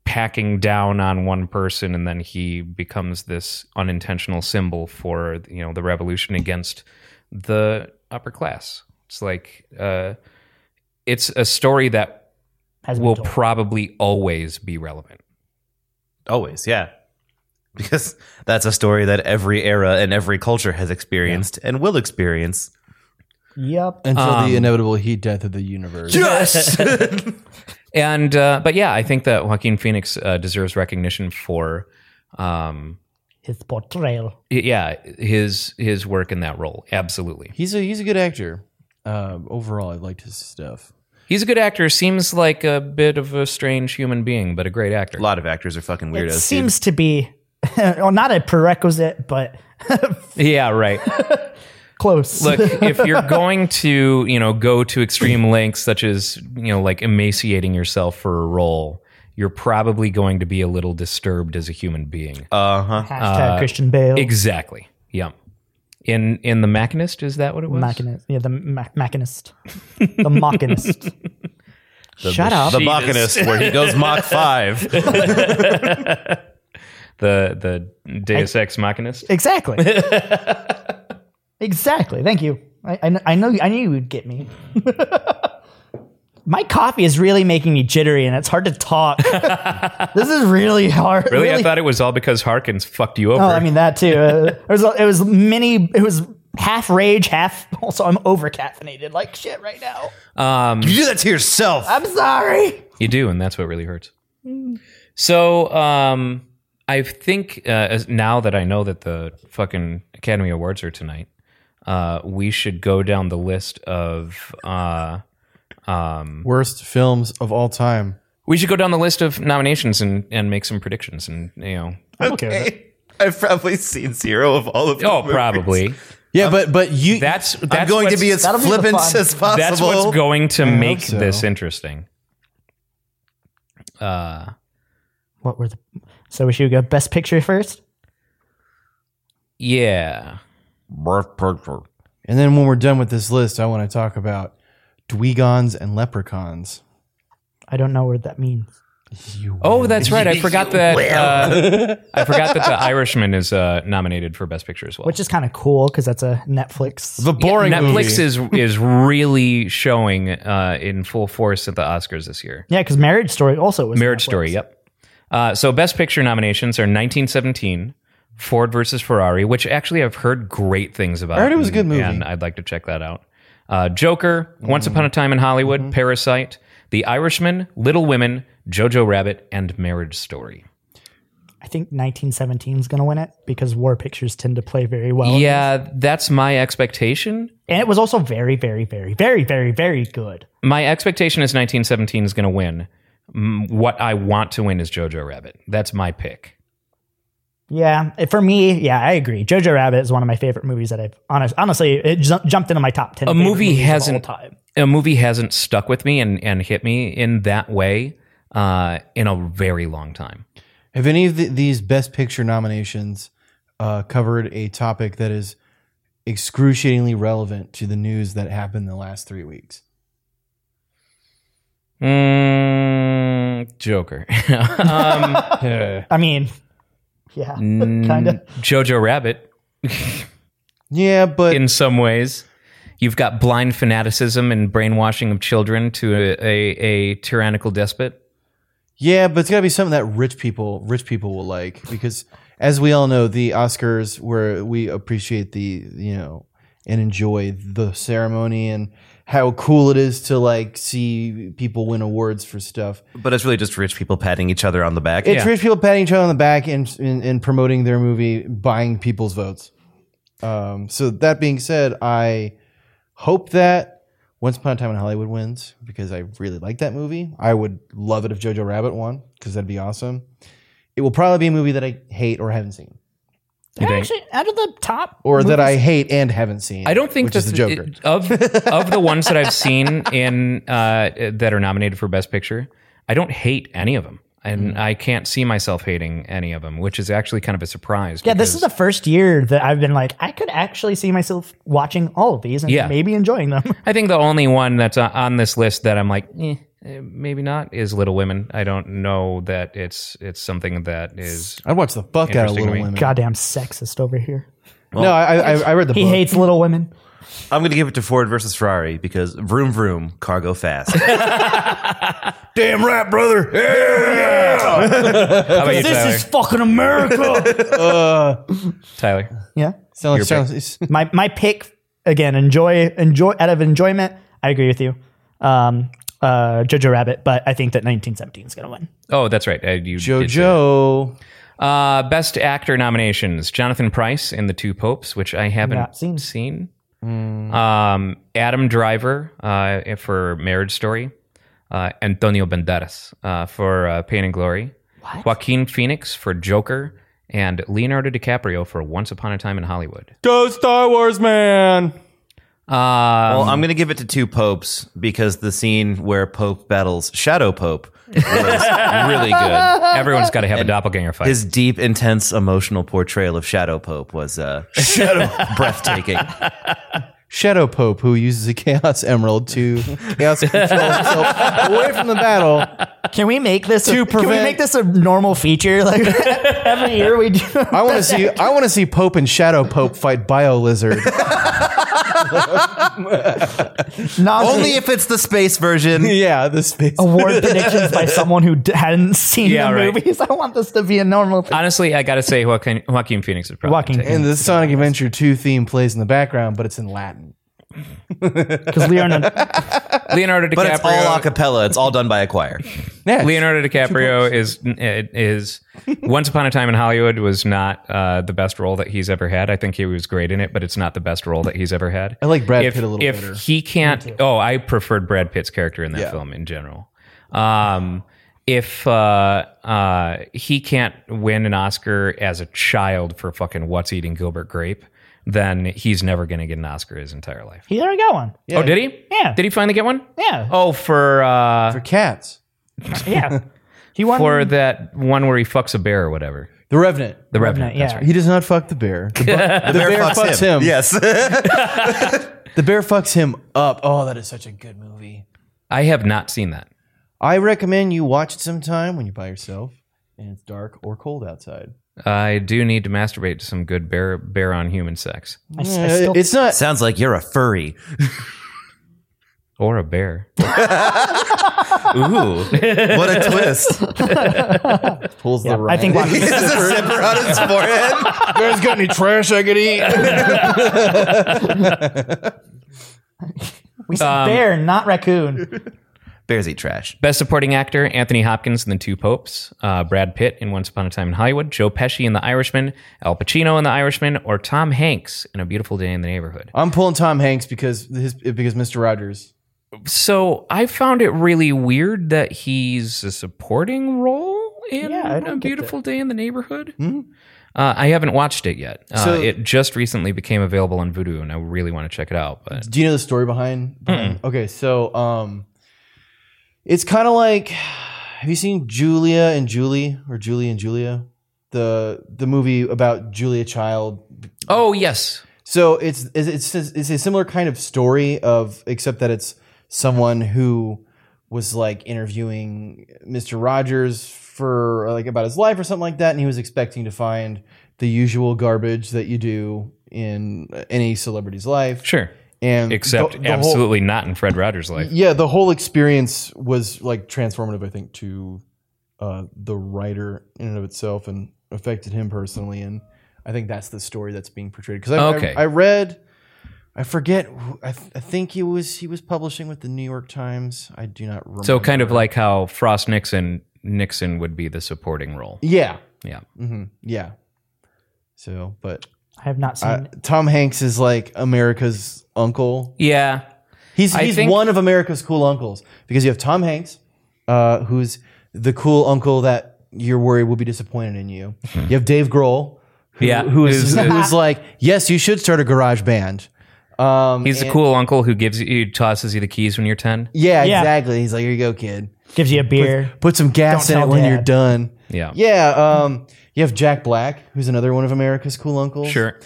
Speaker 4: packing down on one person and then he becomes this unintentional symbol for you know the revolution against the upper class it's like uh it's a story that
Speaker 6: has been
Speaker 4: will
Speaker 6: told.
Speaker 4: probably always be relevant.
Speaker 2: Always, yeah. Because that's a story that every era and every culture has experienced and will experience.
Speaker 6: yep.
Speaker 5: Until
Speaker 4: Um,
Speaker 5: the inevitable heat death of the universe.
Speaker 4: And uh, but yeah, I think that Joaquin Phoenix uh, deserves recognition for um
Speaker 6: His portrayal.
Speaker 4: y- yeah, his his work in that role. Absolutely.
Speaker 5: He's a he's a good actor. Um, overall, I liked his stuff.
Speaker 4: He's a good actor, seems like a bit of a strange human being, but a great actor.
Speaker 2: A lot of actors are fucking
Speaker 6: It
Speaker 2: weirdos. dude.
Speaker 6: seems to be, well, not a prerequisite, but
Speaker 4: Yeah, right.
Speaker 6: close.
Speaker 4: Look, if you're going to, you know, go to extreme lengths such as, you know, like emaciating yourself for a role, you're probably going to be a little disturbed as a human being.
Speaker 2: uh-huh.
Speaker 4: uh,
Speaker 6: Hashtag Christian Bale.
Speaker 4: Exactly. Yeah. In in the Machinist, is that what it was?
Speaker 6: Machinist. Yeah, the ma- machinist. The machinist. Shut up.
Speaker 2: The Machinist, where he goes Mach 5.
Speaker 4: The the Deus Ex Machinist.
Speaker 6: Exactly. exactly. Thank you. I, I, kn- I know. I knew you would get me. My coffee is really making me jittery, and it's hard to talk. this is really hard.
Speaker 4: Really? I thought it was all because Harkins fucked you over.
Speaker 6: Oh, I mean that too. Uh, it was it was many. It was half rage, half. Also, I'm over caffeinated like shit right now.
Speaker 2: you do that to yourself.
Speaker 6: I'm sorry.
Speaker 4: Um, You do, and that's what really hurts. So, um, I think uh, as- now that I know that the fucking Academy Awards are tonight, uh, we should go down the list of. Uh,
Speaker 5: Worst films of all time.
Speaker 4: we should go down the list of nominations and, and make some predictions and you know
Speaker 2: I've probably seen zero of all of them.
Speaker 4: oh probably
Speaker 5: Yeah, but but you
Speaker 4: that's that's
Speaker 2: I'm going to
Speaker 4: what's-
Speaker 2: be as
Speaker 6: That'll be the
Speaker 2: flippant
Speaker 6: fun.
Speaker 2: as possible.
Speaker 4: that's what's going to make
Speaker 5: so.
Speaker 4: this interesting. Uh,
Speaker 6: What were the? So we should go best picture first.
Speaker 4: yeah.
Speaker 5: and then when we're done with this list, I want to talk about Dwegons and Leprechauns.
Speaker 6: I don't know what that means.
Speaker 4: Oh, that's right. I forgot that. Uh, I forgot that The Irishman is uh, nominated for Best Picture as well.
Speaker 6: Which is kind of cool because that's a Netflix.
Speaker 7: The boring
Speaker 4: Netflix
Speaker 7: movie.
Speaker 4: is is really showing uh, in full force at the Oscars this year.
Speaker 6: Yeah, because Marriage Story also was
Speaker 4: Marriage
Speaker 6: Netflix.
Speaker 4: Story. Yep. Uh, so Best Picture nominations are 1917, Ford versus Ferrari, which actually I've heard great things about. I
Speaker 5: heard it was a good movie. Mm-hmm.
Speaker 4: and I'd like to check that out. Uh, Joker, Once Upon a Time in Hollywood, Parasite, The Irishman, Little Women, Jojo Rabbit, and Marriage Story.
Speaker 6: I think 1917 is going to win it because war pictures tend to play very well.
Speaker 4: Yeah, that's my expectation.
Speaker 6: and it was also very, very, very, very, very, very good.
Speaker 4: My expectation is 1917 is going to win. Mm, What I want to win is Jojo Rabbit. That's my pick.
Speaker 6: Yeah, it- for me, yeah, I agree. Jojo Rabbit is one of my favorite movies that I've honest, honestly it ju- jumped into my top ten.
Speaker 4: A
Speaker 6: favorite
Speaker 4: movie
Speaker 6: movies of all
Speaker 4: hasn't-
Speaker 6: time.
Speaker 4: A movie hasn't stuck with me and, and hit me in that way uh, in a very long time.
Speaker 5: Have any of the, these Best Picture nominations uh, covered a topic that is excruciatingly relevant to the news that happened in the last three weeks?
Speaker 4: Mm, Joker. um,
Speaker 5: yeah,
Speaker 6: I mean, yeah, kind of.
Speaker 4: Jojo Rabbit,
Speaker 5: but
Speaker 4: in some ways. You've got blind fanaticism and brainwashing of children to a, a, a tyrannical despot.
Speaker 5: yeah, but it's got to be something that rich people rich people will like because, as we all know, the Oscars where we appreciate the you know and enjoy the ceremony and how cool it is to like see people win awards for stuff.
Speaker 2: But it's really just rich people patting each other on the back.
Speaker 5: It's rich people patting each other on the back and, and, and promoting their movie, buying people's votes. Um, so that being said, I hope that Once Upon a Time in Hollywood wins because I really like that movie. I would love it if Jojo Rabbit won because that'd be awesome. It will probably be a movie that I hate or haven't seen,
Speaker 6: Actually, out of the top,
Speaker 5: or that I hate and haven't seen.
Speaker 4: I don't think
Speaker 5: which is the
Speaker 4: that's-
Speaker 5: Joker.
Speaker 4: it- of of the ones that I've seen in uh, that are nominated for Best Picture. I don't hate any of them, and
Speaker 5: Mm.
Speaker 4: I can't see myself hating any of them, which is actually kind of a surprise.
Speaker 6: yeah, this is the first year that I've been like, I could actually see myself watching all of these and
Speaker 4: Yeah.
Speaker 6: maybe enjoying them.
Speaker 4: I think the only one that's on- on this list that I'm like, eh, eh, maybe not, is Little Women. I don't know that it's it's something that is.
Speaker 5: I'd watch the fuck out
Speaker 4: Interesting
Speaker 5: of
Speaker 4: to
Speaker 5: Little
Speaker 4: me.
Speaker 5: Women.
Speaker 6: Goddamn sexist over here.
Speaker 5: no, I, I, I- I read the
Speaker 6: He
Speaker 5: book.
Speaker 6: hates Little Women.
Speaker 2: I'm going to give it to Ford versus Ferrari because vroom vroom, cargo fast.
Speaker 7: Damn right, brother. Yeah.
Speaker 4: How about you, Tyler?
Speaker 6: fucking America.
Speaker 4: Tyler?
Speaker 6: yeah.
Speaker 5: Sounds- sounds-
Speaker 6: my my pick again enjoy enjoy out of enjoyment i agree with you um uh jojo rabbit but i think that 1917 is gonna win
Speaker 4: Oh, that's right. Uh, you did say that.
Speaker 5: Jojo.
Speaker 4: Uh, best actor nominations: Jonathan Price in The Two Popes, which I haven't
Speaker 6: Not seen. Hmm.
Speaker 4: Um, Adam Driver uh, for Marriage Story. Uh, Antonio Banderas uh, for uh, Pain and Glory. Joaquin Phoenix for Joker, and Leonardo DiCaprio for Once Upon a Time in Hollywood.
Speaker 5: Go Star Wars, man.
Speaker 4: Uh,
Speaker 2: well, I'm going to give it to two popes because the scene where Pope battles Shadow Pope was really good.
Speaker 4: everyone's got to have a doppelganger fight.
Speaker 2: His deep, intense, emotional portrayal of Shadow Pope was uh, breathtaking.
Speaker 5: Shadow Pope, who uses a Chaos Emerald to chaos control himself away from the battle.
Speaker 6: can we make this a, can we
Speaker 5: prevent-
Speaker 6: make this a normal feature like every year we do
Speaker 5: I want to see. I want to see Pope and Shadow Pope fight Bio Lizard.
Speaker 6: nominate
Speaker 2: Only if it's the space version.
Speaker 5: yeah, this space.
Speaker 6: award predictions by someone who d- hadn't seen
Speaker 4: Yeah,
Speaker 6: the
Speaker 4: right.
Speaker 6: movies i want this to be a normal thing
Speaker 4: Honestly, I got to say Joaquin, Joaquin Phoenix is probably
Speaker 6: Joaquin
Speaker 4: taking it.
Speaker 5: And the Sonic Adventure 2 theme plays in the background, but it's in Latin.
Speaker 6: because leonardo
Speaker 4: Leonardo DiCaprio.
Speaker 2: But it's all a cappella. It's all done by a choir.
Speaker 5: Yeah,
Speaker 4: Leonardo DiCaprio is is Once Upon a Time in Hollywood was not uh, the best role that he's ever had. I think he was great in it, but it's not the best role that he's ever had.
Speaker 5: I like Brad
Speaker 4: if,
Speaker 5: Pitt a little
Speaker 4: if
Speaker 5: better.
Speaker 4: he can't, oh, I preferred Brad Pitt's character in that
Speaker 5: Yeah.
Speaker 4: film in general. Um, if uh, uh, he can't win an Oscar as a child for fucking What's Eating Gilbert Grape, then he's never going to get an Oscar his entire life.
Speaker 6: he already got one
Speaker 4: Oh, did he?
Speaker 6: Yeah.
Speaker 4: Did he finally get one?
Speaker 6: yeah
Speaker 4: Oh, for uh,
Speaker 5: For cats,
Speaker 6: yeah he won
Speaker 4: for that one where he fucks a bear or whatever.
Speaker 5: The Revenant.
Speaker 4: The Revenant.
Speaker 6: yeah
Speaker 4: that's right.
Speaker 5: He does not fuck the bear. The, bu- the bear, fucks him.
Speaker 2: Yes.
Speaker 5: The bear fucks him up. Oh, that is such a good movie.
Speaker 4: I have not seen that.
Speaker 5: I recommend you watch it sometime when you're by yourself and it's dark or cold outside.
Speaker 4: I do need to masturbate to some good bear bear on human sex
Speaker 6: I, s- I still,
Speaker 5: it's not.
Speaker 2: Sounds like you're a furry.
Speaker 4: or a bear.
Speaker 2: Ooh, what a twist!
Speaker 5: Pulls the
Speaker 6: I think
Speaker 5: rag.
Speaker 2: He has a zipper on his forehead.
Speaker 7: guys got any trash I could eat?
Speaker 6: we said
Speaker 4: Um,
Speaker 6: bear, not raccoon.
Speaker 2: Bears eat trash.
Speaker 4: Best Supporting Actor: Anthony Hopkins in *The Two Popes*, uh, Brad Pitt in *Once Upon a Time in Hollywood*, Joe Pesci in *The Irishman*, Al Pacino in *The Irishman*, or Tom Hanks in *A Beautiful Day in the Neighborhood*.
Speaker 5: I'm pulling Tom Hanks because his because Mr. Rogers.
Speaker 4: So I found it really weird that he's a supporting role in
Speaker 6: Yeah, I don't
Speaker 4: *A
Speaker 6: get
Speaker 4: Beautiful Day in the Neighborhood*.
Speaker 5: Hmm?
Speaker 4: Uh, I haven't watched it yet. Uh,
Speaker 5: So-
Speaker 4: it just recently became available on Vudu, and I really want to check it out. But
Speaker 5: Do you know the story behind? behind- Okay, so um, it's kind of like have you seen Julia and Julie or Julie and Julia, the the movie about Julia Child
Speaker 4: oh yes,
Speaker 5: So it's it's it's it's a similar kind of story of except that it's someone who was like interviewing Mr. Rogers for like about his life or something like that, and he was expecting to find the usual garbage that you do in uh, any celebrity's life.
Speaker 4: sure.
Speaker 5: and
Speaker 4: Except
Speaker 5: the- the whole-
Speaker 4: absolutely not in Fred Rogers' life.
Speaker 5: yeah, the whole experience was like transformative, I think, to uh, the writer in and of itself and affected him personally. And I think that's the story that's being portrayed. Because I,
Speaker 4: Okay.
Speaker 5: I, I read, I forget, who- I, th- I think he was he was publishing with the New York Times. I do not remember.
Speaker 4: So kind of like how Frost Nixon Nixon would be the supporting role.
Speaker 5: yeah,
Speaker 4: Yeah.
Speaker 5: hmm yeah. So, but
Speaker 6: I have not seen
Speaker 5: uh, Tom Hanks is like America's uncle.
Speaker 4: Yeah.
Speaker 5: He's
Speaker 4: I
Speaker 5: he's
Speaker 4: think-
Speaker 5: one of America's cool uncles because you have Tom Hanks, uh, who's the cool uncle that you're worried will be disappointed in you.
Speaker 4: Hmm.
Speaker 5: You have Dave Grohl, who,
Speaker 4: Yeah,
Speaker 5: who's
Speaker 4: who's-
Speaker 5: who's like, yes, you should start a garage band. Um,
Speaker 4: He's the
Speaker 5: and-
Speaker 4: cool uncle who gives you who tosses you the keys when you're 10.
Speaker 5: Yeah,
Speaker 6: Yeah.
Speaker 5: exactly. He's like, here you go, kid.
Speaker 6: Gives you a beer.
Speaker 5: Put some gas in
Speaker 6: Don't
Speaker 5: it
Speaker 6: tell
Speaker 5: when
Speaker 6: Dad.
Speaker 5: you're done.
Speaker 4: Yeah.
Speaker 5: Yeah. Um, you have Jack Black, who's another one of America's cool uncles.
Speaker 4: Sure.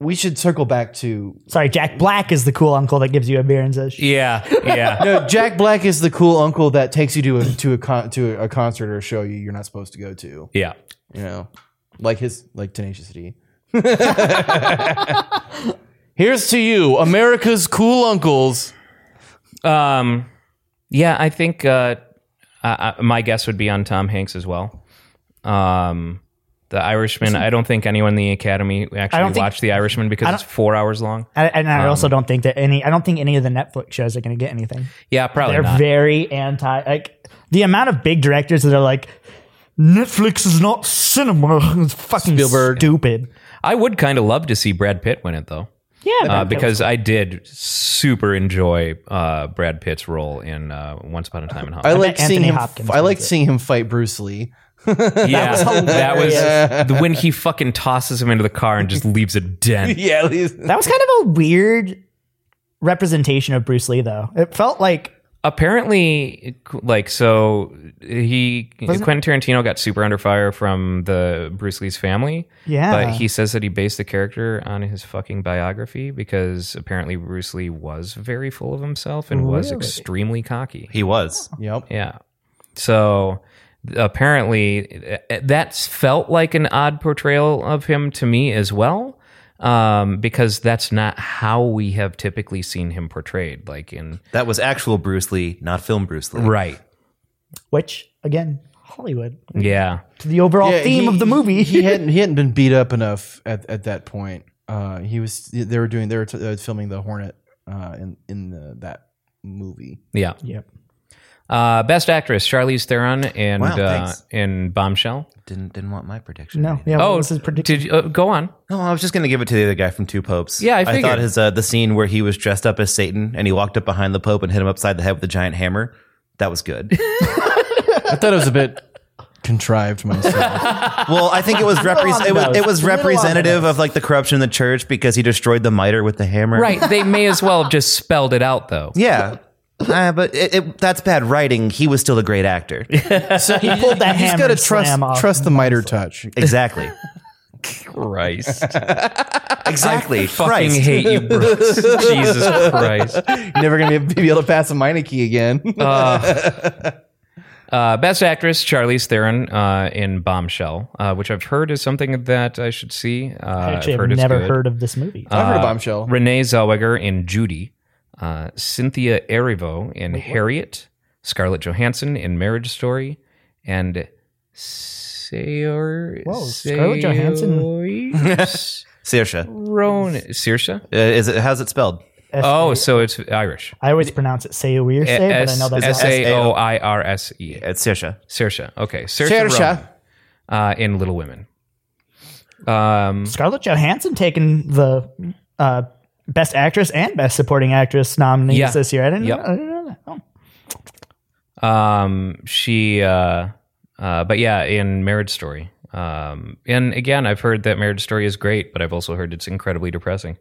Speaker 5: We should circle back to
Speaker 6: Sorry, Jack Black is the cool uncle that gives you a beer and says,
Speaker 4: Yeah. Yeah.
Speaker 5: no, Jack Black is the cool uncle that takes you to a to a con- to a concert or a show you you're not supposed to go to.
Speaker 4: yeah.
Speaker 5: you know, like his like Tenacious D. Here's to you, America's cool uncles.
Speaker 4: Um yeah, I think uh, uh my guess would be on Tom Hanks as well. Um the Irishman. I don't think anyone in the Academy
Speaker 6: don't
Speaker 4: actually
Speaker 6: think-
Speaker 4: watched The Irishman because it's four hours long.
Speaker 6: I, and
Speaker 4: Um,
Speaker 6: I also don't think that any, I don't think any of the Netflix shows are going to get anything.
Speaker 4: Yeah, probably
Speaker 6: They're
Speaker 4: not.
Speaker 6: very anti, like the amount of big directors that are like, Netflix is not cinema. It's fucking stupid.
Speaker 4: I would kind of love to see Brad Pitt win it though.
Speaker 6: Yeah,
Speaker 4: uh, because I did super enjoy uh, Brad Pitt's role in uh, Once Upon a Time in
Speaker 5: I
Speaker 4: Hollywood.
Speaker 5: like
Speaker 6: Anthony
Speaker 5: seeing him.
Speaker 6: Hopkins
Speaker 5: I like
Speaker 6: wins it.
Speaker 5: seeing him fight Bruce Lee.
Speaker 4: yeah, that was, the- when he fucking tosses him into the car and just leaves a dent.
Speaker 5: Yeah, at least-
Speaker 6: that was kind of a weird representation of Bruce Lee, though. It felt like
Speaker 4: Apparently, like so, he Quentin Tarantino got super under fire from the Bruce Lee's family.
Speaker 6: Yeah.
Speaker 4: but he says that he based the character on his fucking biography because apparently Bruce Lee was very full of himself and was extremely cocky.
Speaker 2: He was.
Speaker 5: yep.
Speaker 4: Yeah. So apparently uh, that's felt like an odd portrayal of him to me as well um because that's not how we have typically seen him portrayed like in
Speaker 2: That was actual Bruce Lee, not film Bruce Lee.
Speaker 4: right
Speaker 6: which again, Hollywood
Speaker 4: yeah
Speaker 6: to the overall
Speaker 5: Yeah,
Speaker 6: theme
Speaker 5: he-
Speaker 6: of the movie.
Speaker 5: he hadn't he hadn't been beat up enough at, at that point. Uh, he was. They were doing. They were t- uh, filming the Hornet uh, in in the, that movie.
Speaker 4: yeah
Speaker 6: Yep.
Speaker 4: uh best actress charlize theron and
Speaker 2: Wow,
Speaker 4: uh
Speaker 2: thanks.
Speaker 4: in bombshell
Speaker 2: Didn't didn't want my prediction.
Speaker 6: No, yeah.
Speaker 4: oh
Speaker 6: well, this is predict-
Speaker 4: did you, uh, go on
Speaker 2: No, I was just going to give it to the other guy from Two Popes.
Speaker 4: Yeah, I
Speaker 2: I
Speaker 4: figured.
Speaker 2: thought his uh, the scene where he was dressed up as Satan and he walked up behind the Pope and hit him upside the head with a giant hammer. That was good.
Speaker 5: I thought it was a bit contrived myself.
Speaker 2: well, I think it was repre- it was, it was representative of like the corruption in the church because he destroyed the mitre with the hammer.
Speaker 4: right they may as well have just spelled it out though
Speaker 2: Yeah. Uh, but it, it, that's bad writing. He was still a great actor.
Speaker 6: he pulled that
Speaker 5: He's
Speaker 6: hammer
Speaker 5: got to
Speaker 6: and slam
Speaker 5: trust
Speaker 6: off.
Speaker 5: trust the miter touch.
Speaker 2: Exactly.
Speaker 4: Christ.
Speaker 2: Exactly.
Speaker 4: Fucking hate you, Brooks. Jesus Christ.
Speaker 5: Never gonna be able to pass a Meineke again.
Speaker 4: Uh, best actress, Charlize Theron uh, in Bombshell, uh, which I've heard is something that I should see. Uh, I've
Speaker 6: Actually, I've,
Speaker 4: heard it's
Speaker 6: never
Speaker 4: good.
Speaker 6: heard of this movie.
Speaker 5: I've heard of
Speaker 4: Uh,
Speaker 5: Bombshell.
Speaker 4: Renee Zellweger in Judy, uh, Cynthia Erivo in Harriet, Scarlett Johansson in Marriage Story, and Sayor.
Speaker 6: Whoa, Scarlett Johansson?
Speaker 4: Saoirse
Speaker 2: Saoirse.
Speaker 4: Ronan. Saoirse?
Speaker 2: Uh, is it, how's it spelled?
Speaker 6: S-
Speaker 4: Oh, so it's Irish.
Speaker 6: I always pronounce it say weir say, but I know that's
Speaker 4: S
Speaker 6: not.
Speaker 4: A O I R S E.
Speaker 2: It's Saoirse.
Speaker 4: Saoirse. Okay. Saoirse. Ronan, Uh, in Little Women. Um,
Speaker 6: Scarlett Johansson taking the uh, best actress and best supporting actress nominees
Speaker 4: Yeah.
Speaker 6: this year. I didn't,
Speaker 4: Yep.
Speaker 6: know, I didn't know that. Oh.
Speaker 4: Um, she, uh, uh, but yeah, in Marriage Story. Um, and again, I've heard that Marriage Story is great, but I've also heard it's incredibly depressing.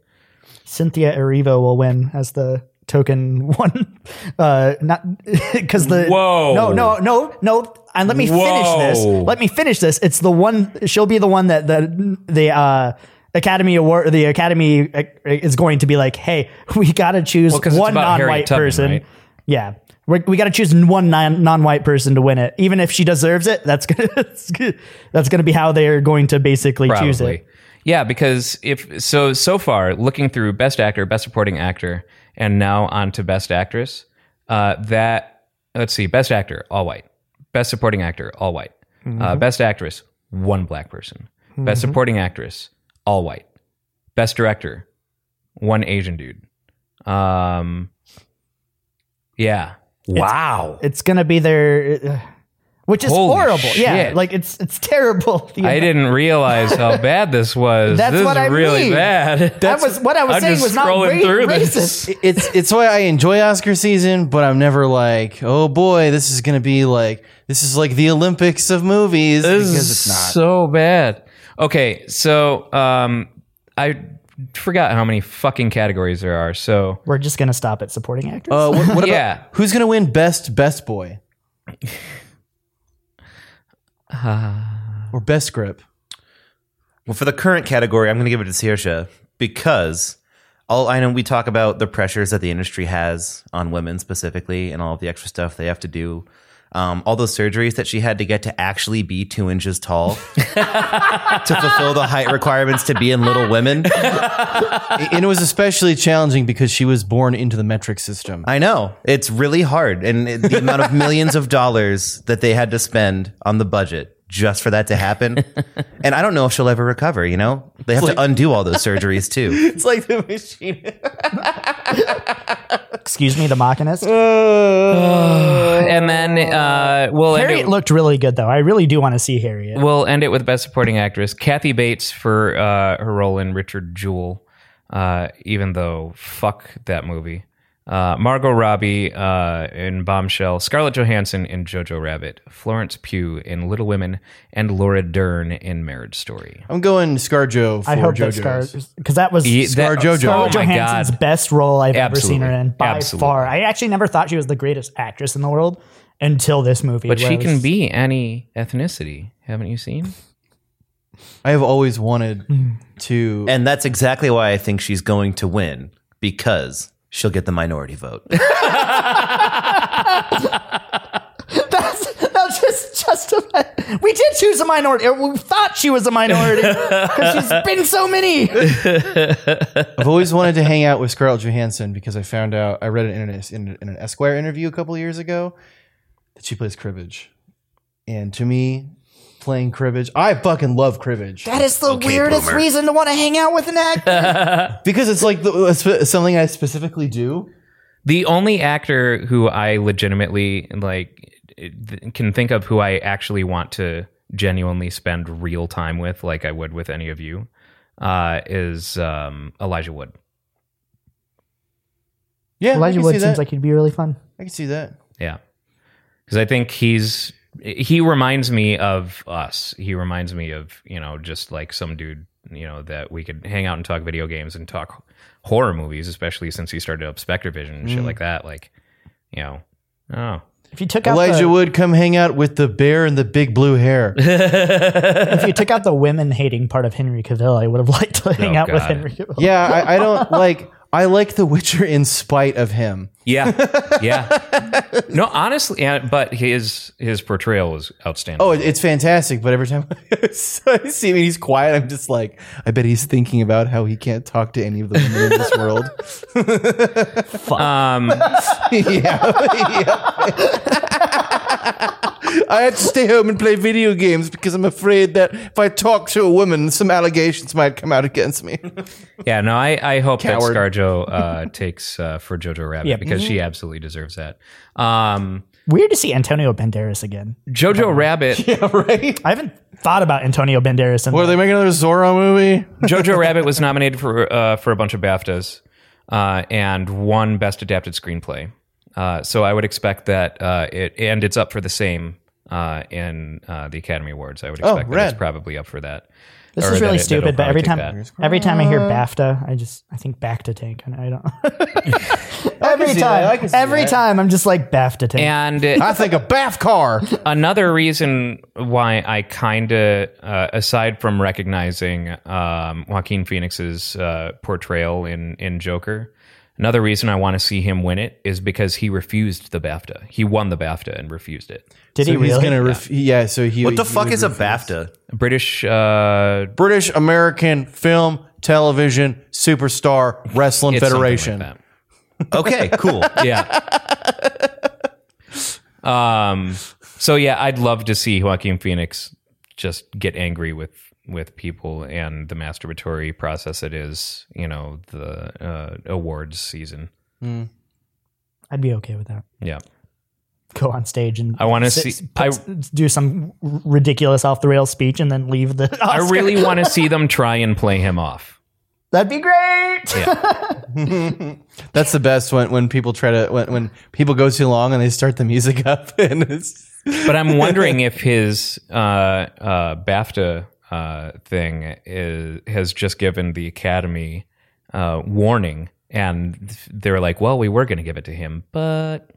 Speaker 6: Cynthia Erivo will win as the token one. Uh, not because the
Speaker 4: Whoa.
Speaker 6: no no no no. And let me finish this.
Speaker 4: Whoa.
Speaker 6: Let me finish this. It's the one. She'll be the one that the the uh, Academy Award. The Academy uh, is going to be like, hey, we got to choose
Speaker 4: 'cause it's
Speaker 6: one
Speaker 4: about Harriet
Speaker 6: non-white
Speaker 4: Tubman,
Speaker 6: person.
Speaker 4: right?
Speaker 6: Yeah. We're, we got to choose one non, non-white person to win it, even if she deserves it. That's gonna that's gonna, that's gonna be how they are going to basically choose
Speaker 4: Probably.
Speaker 6: it.
Speaker 4: Yeah, because if so, so far looking through Best Actor, Best Supporting Actor, and now on to Best Actress. Uh, that let's see, Best Actor, all white. Best Supporting Actor, all white.
Speaker 6: Mm-hmm.
Speaker 4: Uh, Best Actress, one black person. Best Supporting Actress, all white. Best Director, one Asian dude. Um, yeah. Wow.
Speaker 6: It's gonna be their, uh, which is
Speaker 4: Holy
Speaker 6: horrible. Yeah,
Speaker 4: shit.
Speaker 6: like it's it's terrible. You
Speaker 4: I
Speaker 6: know?
Speaker 4: didn't realize how bad this was.
Speaker 6: That's
Speaker 4: this is
Speaker 6: what I
Speaker 4: really
Speaker 6: mean.
Speaker 4: bad.
Speaker 6: That was what I was
Speaker 4: I'm
Speaker 6: saying
Speaker 4: just
Speaker 6: was not
Speaker 4: scrolling
Speaker 6: ra-
Speaker 4: through
Speaker 6: racist.
Speaker 4: this.
Speaker 5: it's it's why I enjoy Oscar season, but I'm never like, oh boy, this is gonna be like this is like the Olympics of movies
Speaker 4: This
Speaker 5: because
Speaker 4: is
Speaker 5: it's not.
Speaker 4: so bad. Okay, so um, I forgot how many fucking categories there are. So
Speaker 6: We're just gonna stop at supporting actors.
Speaker 4: Um,
Speaker 5: Uh, what, what about
Speaker 4: Yeah.
Speaker 5: who's gonna win best best boy or best grip?
Speaker 2: Well, for the current category, I'm going to give it to Saoirse because all I know we talk about the pressures that the industry has on women specifically, and all of the extra stuff they have to do. Um, all those surgeries that she had to get to actually be two inches tall to fulfill the height requirements to be in Little Women.
Speaker 5: and it was especially challenging because she was born into the metric system.
Speaker 2: I know it's really hard, and it- the amount of millions of dollars that they had to spend on the budget just for that to happen. And I don't know if she'll ever recover. You know, they have to undo all those surgeries too.
Speaker 5: It's like the machine.
Speaker 6: Excuse me, the
Speaker 5: Uh,
Speaker 6: machinist.
Speaker 4: and then uh, we'll end
Speaker 6: Harriet
Speaker 4: it,
Speaker 6: looked really good though. I really do want to see Harriet.
Speaker 4: we'll end it with best supporting actress Kathy Bates for uh, her role in Richard Jewell. Uh, even though fuck that movie. Uh, Margot Robbie uh, in Bombshell, Scarlett Johansson in Jojo Rabbit, Florence Pugh in Little Women, and Laura Dern in Marriage Story.
Speaker 5: I'm going ScarJo for
Speaker 6: I hope
Speaker 5: JoJo's.
Speaker 6: that Scar because that was
Speaker 4: Ye- that-
Speaker 5: ScarJo.
Speaker 6: Scarlett
Speaker 4: Oh my
Speaker 6: Johansson's
Speaker 4: God.
Speaker 6: best role I've ever seen her
Speaker 4: Absolutely.
Speaker 6: in by
Speaker 4: Absolutely.
Speaker 6: far. I actually never thought she was the greatest actress in the world until this movie.
Speaker 4: But
Speaker 6: where
Speaker 4: she
Speaker 6: I
Speaker 4: can
Speaker 6: was-
Speaker 4: be any ethnicity, haven't you seen?
Speaker 5: I have always wanted
Speaker 6: Mm.
Speaker 5: to.
Speaker 2: And that's exactly why I think she's going to win because she'll get the minority vote.
Speaker 6: That's, that's just justify. We did choose a minority. or We thought she was a minority because she's been so many.
Speaker 5: I've always wanted to hang out with Scarlett Johansson because I found out I read it in an, in, in an Esquire interview a couple of years ago that she plays cribbage, and to me, playing cribbage, I fucking love cribbage
Speaker 6: That is the weirdest
Speaker 2: boomer.
Speaker 6: reason to want to hang out with an actor.
Speaker 5: because it's like the, it's something I specifically do.
Speaker 4: The only actor who I legitimately like th- can think of who I actually want to genuinely spend real time with, like I would with any of you, uh, is um, Elijah Wood.
Speaker 5: Yeah, I
Speaker 6: Elijah
Speaker 5: can see
Speaker 6: Wood
Speaker 5: that.
Speaker 6: seems like he'd be really fun.
Speaker 5: I can see that.
Speaker 4: Yeah, because I think he's he reminds me of us. He reminds me of you know just like some dude you know that we could hang out and talk video games and talk horror movies, especially since he started up Spectre Vision and shit like that. Like you know, oh
Speaker 6: If you took out
Speaker 5: Elijah
Speaker 6: the,
Speaker 5: Wood, come hang out with the bear and the big blue hair.
Speaker 6: if you took out the women hating part of Henry Cavill, I would have liked to hang out with
Speaker 4: Oh, God.
Speaker 6: Henry Cavill.
Speaker 5: yeah, I, I don't like. I like The Witcher in spite of him.
Speaker 4: Yeah, yeah. No, honestly, yeah, but his his portrayal was outstanding.
Speaker 5: Oh, it- it's fantastic. But every time I see him, and he's quiet. I'm just like, I bet he's thinking about how he can't talk to any of the women in this world.
Speaker 4: um,
Speaker 5: yeah. I had to stay home and play video games because I'm afraid that if I talk to a woman, some allegations might come out against me.
Speaker 4: yeah. No, I I hope
Speaker 5: Coward. Mm-hmm.
Speaker 4: that ScarJo uh, takes uh, for Jojo Rabbit
Speaker 6: Yep.
Speaker 4: because she absolutely deserves that. Um,
Speaker 6: Weird to see Antonio Banderas again.
Speaker 4: Jojo
Speaker 5: Um,
Speaker 4: Rabbit.
Speaker 5: right?
Speaker 6: I haven't thought about Antonio Banderas in
Speaker 5: What are they making another Zorro movie?
Speaker 4: Jojo Rabbit was nominated for uh, for a bunch of BAFTAs uh, and won Best Adapted Screenplay. Uh, so I would expect that uh, it, and it's up for the same uh, in uh, the Academy Awards. I would
Speaker 5: Oh,
Speaker 4: expect that it's
Speaker 5: rad.
Speaker 4: probably up for that.
Speaker 6: This
Speaker 4: or
Speaker 6: is
Speaker 4: that
Speaker 6: really
Speaker 4: it- that'll
Speaker 6: stupid, but
Speaker 4: probably
Speaker 6: every
Speaker 4: take
Speaker 6: time
Speaker 4: that.
Speaker 6: every time I hear BAFTA, I just I think back to tank, and I don't. every
Speaker 5: see that. I
Speaker 6: time,
Speaker 5: can see
Speaker 6: every
Speaker 5: that.
Speaker 6: time, I'm just like BAFTA tank.
Speaker 4: And it-
Speaker 5: I think a bath car.
Speaker 4: another reason why I kind of, uh, aside from recognizing um, Joaquin Phoenix's uh, portrayal in in Joker, another reason I want to see him win it is because he refused the BAFTA. He won the BAFTA and refused it.
Speaker 6: Did he
Speaker 5: So he's
Speaker 6: really?
Speaker 5: gonna ref- yeah. So he.
Speaker 2: What the
Speaker 5: he
Speaker 2: fuck
Speaker 5: would
Speaker 2: is a
Speaker 5: ref-
Speaker 2: BAFTA?
Speaker 4: British. Uh,
Speaker 5: British American Film Television Superstar Wrestling
Speaker 4: it's something like
Speaker 5: Federation?
Speaker 4: that.
Speaker 2: Okay, cool.
Speaker 4: yeah. Um. So yeah, I'd love to see Joaquin Phoenix just get angry with with people and the masturbatory process it is. You know the uh, awards season.
Speaker 6: I'd be okay with that.
Speaker 4: Yeah.
Speaker 6: Go on stage and
Speaker 4: I wanna
Speaker 6: sit-
Speaker 4: see-
Speaker 6: put-
Speaker 4: I-
Speaker 6: do some r- ridiculous off the rail speech and then leave the.
Speaker 4: I
Speaker 6: Oscar.
Speaker 4: really want to see them try and play him off.
Speaker 6: That'd be great.
Speaker 5: That's the best when when people try to when when people go too long and they start the music up and it's
Speaker 4: But I'm wondering if his uh, uh, BAFTA uh, thing is, has just given the Academy uh, warning, and they're like, "Well, we were going to give it to him, but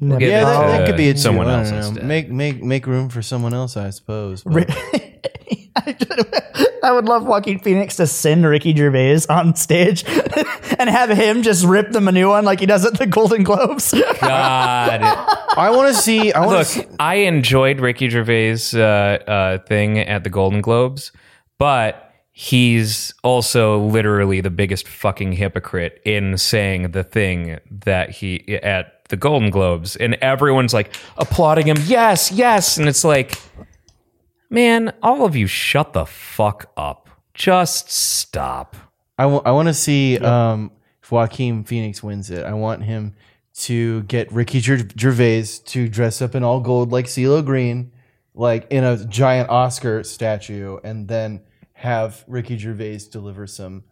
Speaker 6: Never
Speaker 4: get
Speaker 5: yeah,
Speaker 4: it
Speaker 6: mind.
Speaker 5: that,
Speaker 4: to
Speaker 5: that could be a
Speaker 4: someone
Speaker 5: someone
Speaker 4: else
Speaker 5: else.
Speaker 4: instead.
Speaker 5: Make make make room for someone else, I suppose. but-
Speaker 6: I would love Joaquin Phoenix to send Ricky Gervais on stage and have him just rip them a new one like he does at the Golden Globes.
Speaker 4: God."
Speaker 5: I want to see. I want to. see
Speaker 4: Look, I enjoyed Ricky Gervais' uh, uh, thing at the Golden Globes, but he's also literally the biggest fucking hypocrite in saying the thing that he at the Golden Globes, and everyone's like applauding him, yes, yes, and it's like, man, all of you, shut the fuck up, just stop.
Speaker 5: I want to see um, if Joaquin Phoenix wins it. I want him to get Ricky Ger- Gervais to dress up in all gold like CeeLo Green, like in a giant Oscar statue, and then have Ricky Gervais deliver some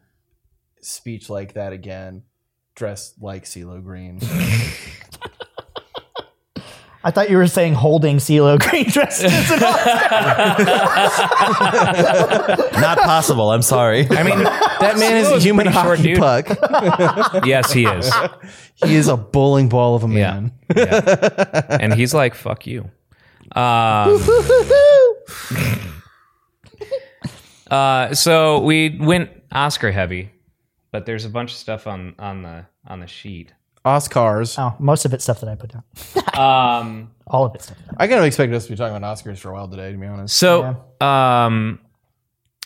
Speaker 5: speech like that again, dressed like CeeLo Green.
Speaker 6: I thought you were saying holding CeeLo Green dressed as an
Speaker 2: Not possible. I'm sorry.
Speaker 4: I mean,
Speaker 5: that man is a
Speaker 4: CeeLo's
Speaker 5: human
Speaker 4: pretty short,
Speaker 5: hockey
Speaker 4: dude.
Speaker 5: puck.
Speaker 4: yes, he is.
Speaker 5: He is a bowling ball of a
Speaker 4: Yeah.
Speaker 5: man.
Speaker 4: and he's like, "Fuck you." Um, uh, so we went Oscar heavy, but there's a bunch of stuff on on the on the sheet.
Speaker 5: Oscars.
Speaker 6: Oh, most of it's stuff that I put down.
Speaker 4: Um,
Speaker 6: All of it's stuff. that
Speaker 5: I kind of expected us to be talking about Oscars for a while today, to be honest.
Speaker 4: so, um,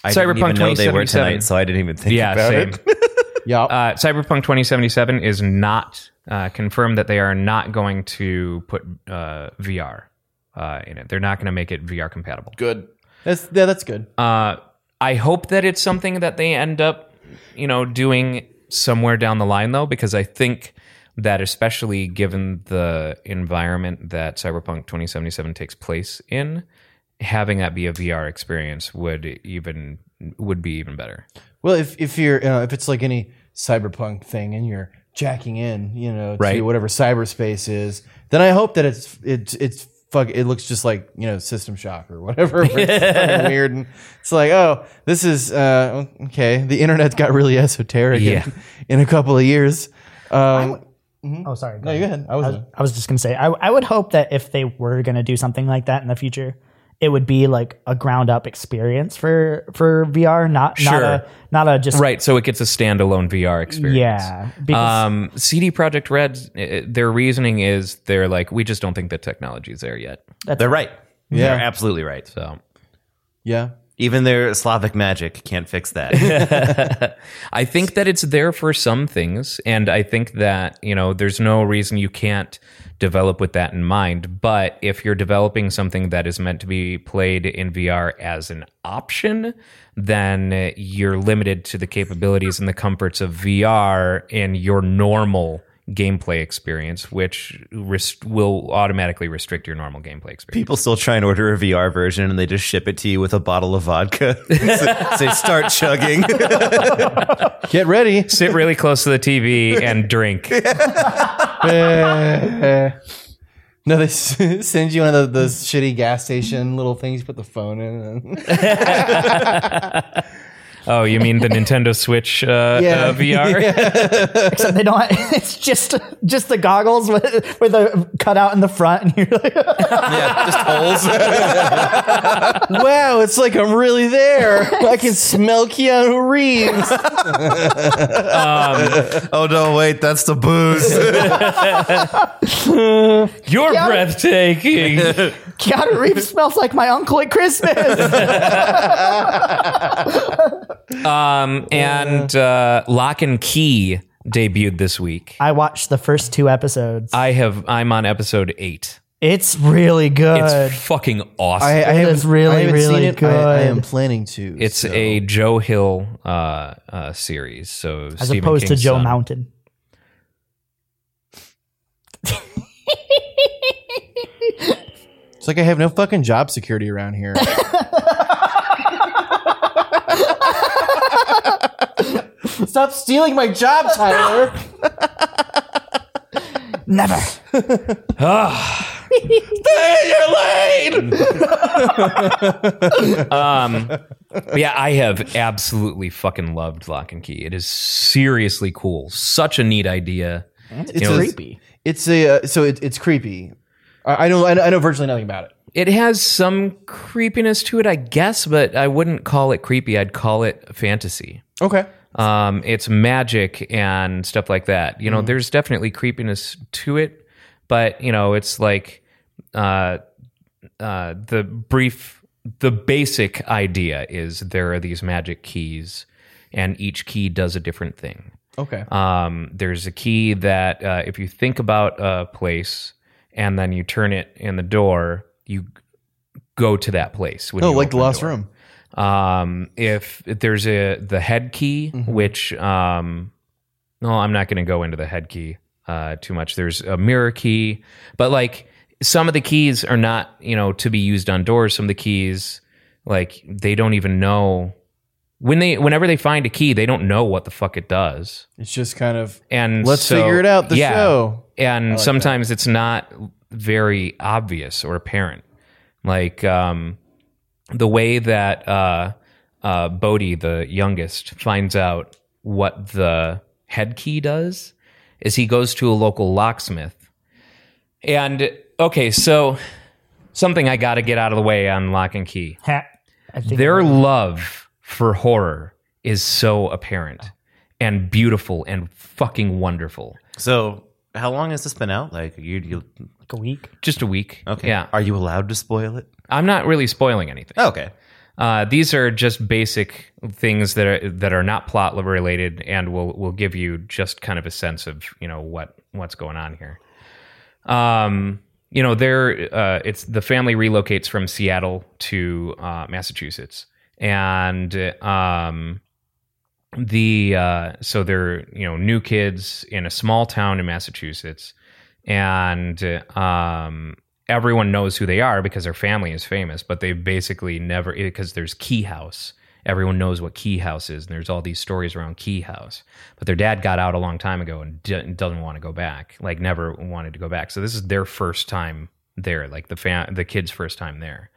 Speaker 2: I
Speaker 4: Cyberpunk
Speaker 2: didn't even know they were
Speaker 4: 2077.
Speaker 2: tonight, so I didn't even think
Speaker 4: yeah,
Speaker 2: about
Speaker 4: same.
Speaker 2: it.
Speaker 5: Yeah.
Speaker 4: Uh, Cyberpunk 2077 is not uh, confirmed that they are not going to put uh, VR uh, in it. They're not going to make it VR compatible.
Speaker 5: good. That's yeah, that's good.
Speaker 4: Uh, I hope that it's something that they end up, you know, doing somewhere down the line, though, because I think that, especially given the environment that Cyberpunk 2077 takes place in, having that be a VR experience would even would be even better.
Speaker 5: Well, if if you're you know, if it's like any cyberpunk thing and you're jacking in, you know, to
Speaker 4: Right.
Speaker 5: whatever cyberspace is, then I hope that it's it's it's fuck it looks just like, you know, System Shock or whatever. where it's fucking weird and it's like, oh, this is uh okay, the internet got really esoteric
Speaker 4: Yeah.
Speaker 5: in, in a couple of years. Um
Speaker 6: Oh, sorry. go
Speaker 5: No,
Speaker 6: ahead.
Speaker 5: go ahead. I was.
Speaker 6: I was, I was just gonna say, I, I would hope that if they were gonna do something like that in the future, it would be like a ground up experience for for VR, not not
Speaker 4: Sure.
Speaker 6: a not a just
Speaker 4: Right, so it gets a standalone VR experience.
Speaker 6: yeah. Because
Speaker 4: Um, CD Project Red, eh, their reasoning is they're like, we just don't think the technology's there yet.
Speaker 2: They're right.
Speaker 5: Yeah.
Speaker 2: They're absolutely right.
Speaker 4: So
Speaker 5: yeah.
Speaker 2: Even their Slavic magic can't fix that.
Speaker 4: I think that it's there for some things, and I think that you know there's no reason you can't develop with that in mind. But if you're developing something that is meant to be played in VR as an option, then you're limited to the capabilities and the comforts of VR in your normal gameplay experience, which rest- will automatically restrict your normal gameplay experience.
Speaker 2: People still try and order a VR version and they just ship it to you with a bottle of vodka. so, say, start chugging.
Speaker 5: Get ready.
Speaker 4: Sit really close to the TV and drink.
Speaker 5: No, they s- send you one of the, those shitty gas station little things. You put the phone in. And
Speaker 4: Oh, you mean the Nintendo Switch uh,
Speaker 5: Yeah.
Speaker 4: uh, VR? Um,
Speaker 6: except they don't. It's just just the goggles with with a cutout in the front, and you're like,
Speaker 5: wow, it's like I'm really there. I can smell Keanu Reeves.
Speaker 2: oh, no, wait, that's the booze.
Speaker 4: You're breathtaking.
Speaker 6: Keanu Reeves smells like my uncle at Christmas.
Speaker 4: um, and uh, Lock and Key debuted this week.
Speaker 6: I watched the first two episodes.
Speaker 4: I have. I'm on episode eight.
Speaker 6: It's really good.
Speaker 4: It's fucking awesome.
Speaker 5: I, I
Speaker 6: It is
Speaker 5: haven't
Speaker 6: really,
Speaker 5: I haven't seen
Speaker 6: really
Speaker 5: it. I, I am
Speaker 6: good.
Speaker 5: planning to.
Speaker 4: it's
Speaker 5: so-
Speaker 4: a Joe Hill uh, uh, series. So
Speaker 6: as opposed to Joe
Speaker 4: Mount.
Speaker 6: Mountain.
Speaker 5: It's like I have no fucking job security around here. Stop stealing my job, Tyler.
Speaker 6: Never.
Speaker 4: Um, yeah, I have absolutely fucking loved Lock and Key. It is seriously cool. Such a neat idea.
Speaker 5: It's a- It's a uh, so it, it's creepy. I, I know I know I know virtually nothing about it.
Speaker 4: It has some creepiness to it, I guess, but I wouldn't call it creepy. I'd call it fantasy.
Speaker 5: Okay.
Speaker 4: um, it's magic and stuff like that. You know,
Speaker 5: Mm-hmm.
Speaker 4: there's definitely creepiness to it, but you know, it's like uh, uh, the brief, the basic idea is there are these magic keys, and each key does a different thing.
Speaker 5: Okay.
Speaker 4: Um, there's a key that uh, if you think about a place and then you turn it in the door, you go to that place. when
Speaker 5: No,
Speaker 4: you
Speaker 5: Oh, like the
Speaker 4: open
Speaker 5: Lost
Speaker 4: door
Speaker 5: Room.
Speaker 4: um if there's a the head key
Speaker 5: Mm-hmm.
Speaker 4: which um no i'm not going to go into the head key uh too much there's a mirror key but like some of the keys are not you know to be used on doors some of the keys like they don't even know when they whenever they find a key they don't know what the fuck it does
Speaker 5: It's just kind of
Speaker 4: and
Speaker 5: let's
Speaker 4: so-
Speaker 5: figure it out. The
Speaker 4: yeah.
Speaker 5: show.
Speaker 4: and sometimes it's not very obvious or apparent like um the way that uh uh bodhi the youngest finds out what the head key does is he goes to a local locksmith and okay so something i gotta get out of the way on lock and key
Speaker 6: Ha- I think
Speaker 4: their love for horror is so apparent and beautiful and fucking wonderful
Speaker 2: so, how long has this been out? Like, you, you
Speaker 6: like a week.
Speaker 4: just a week
Speaker 2: okay.
Speaker 4: yeah
Speaker 2: Are you allowed to spoil it?
Speaker 4: I'm not really spoiling anything.
Speaker 2: Okay.
Speaker 4: Uh, these are just basic things that are that are not plot related, and will will give you just kind of a sense of you know what what's going on here. Um, you know, there uh, it's the family relocates from Seattle to uh, Massachusetts, and um, the uh, so they're you know new kids in a small town in Massachusetts, and um, everyone knows who they are because their family is famous, but they basically never because there's Key House. Everyone knows what Key House is, and there's all these stories around Key House. But their dad got out a long time ago and d- doesn't want to go back, like never wanted to go back. So this is their first time there, like the fam- the kids' first time there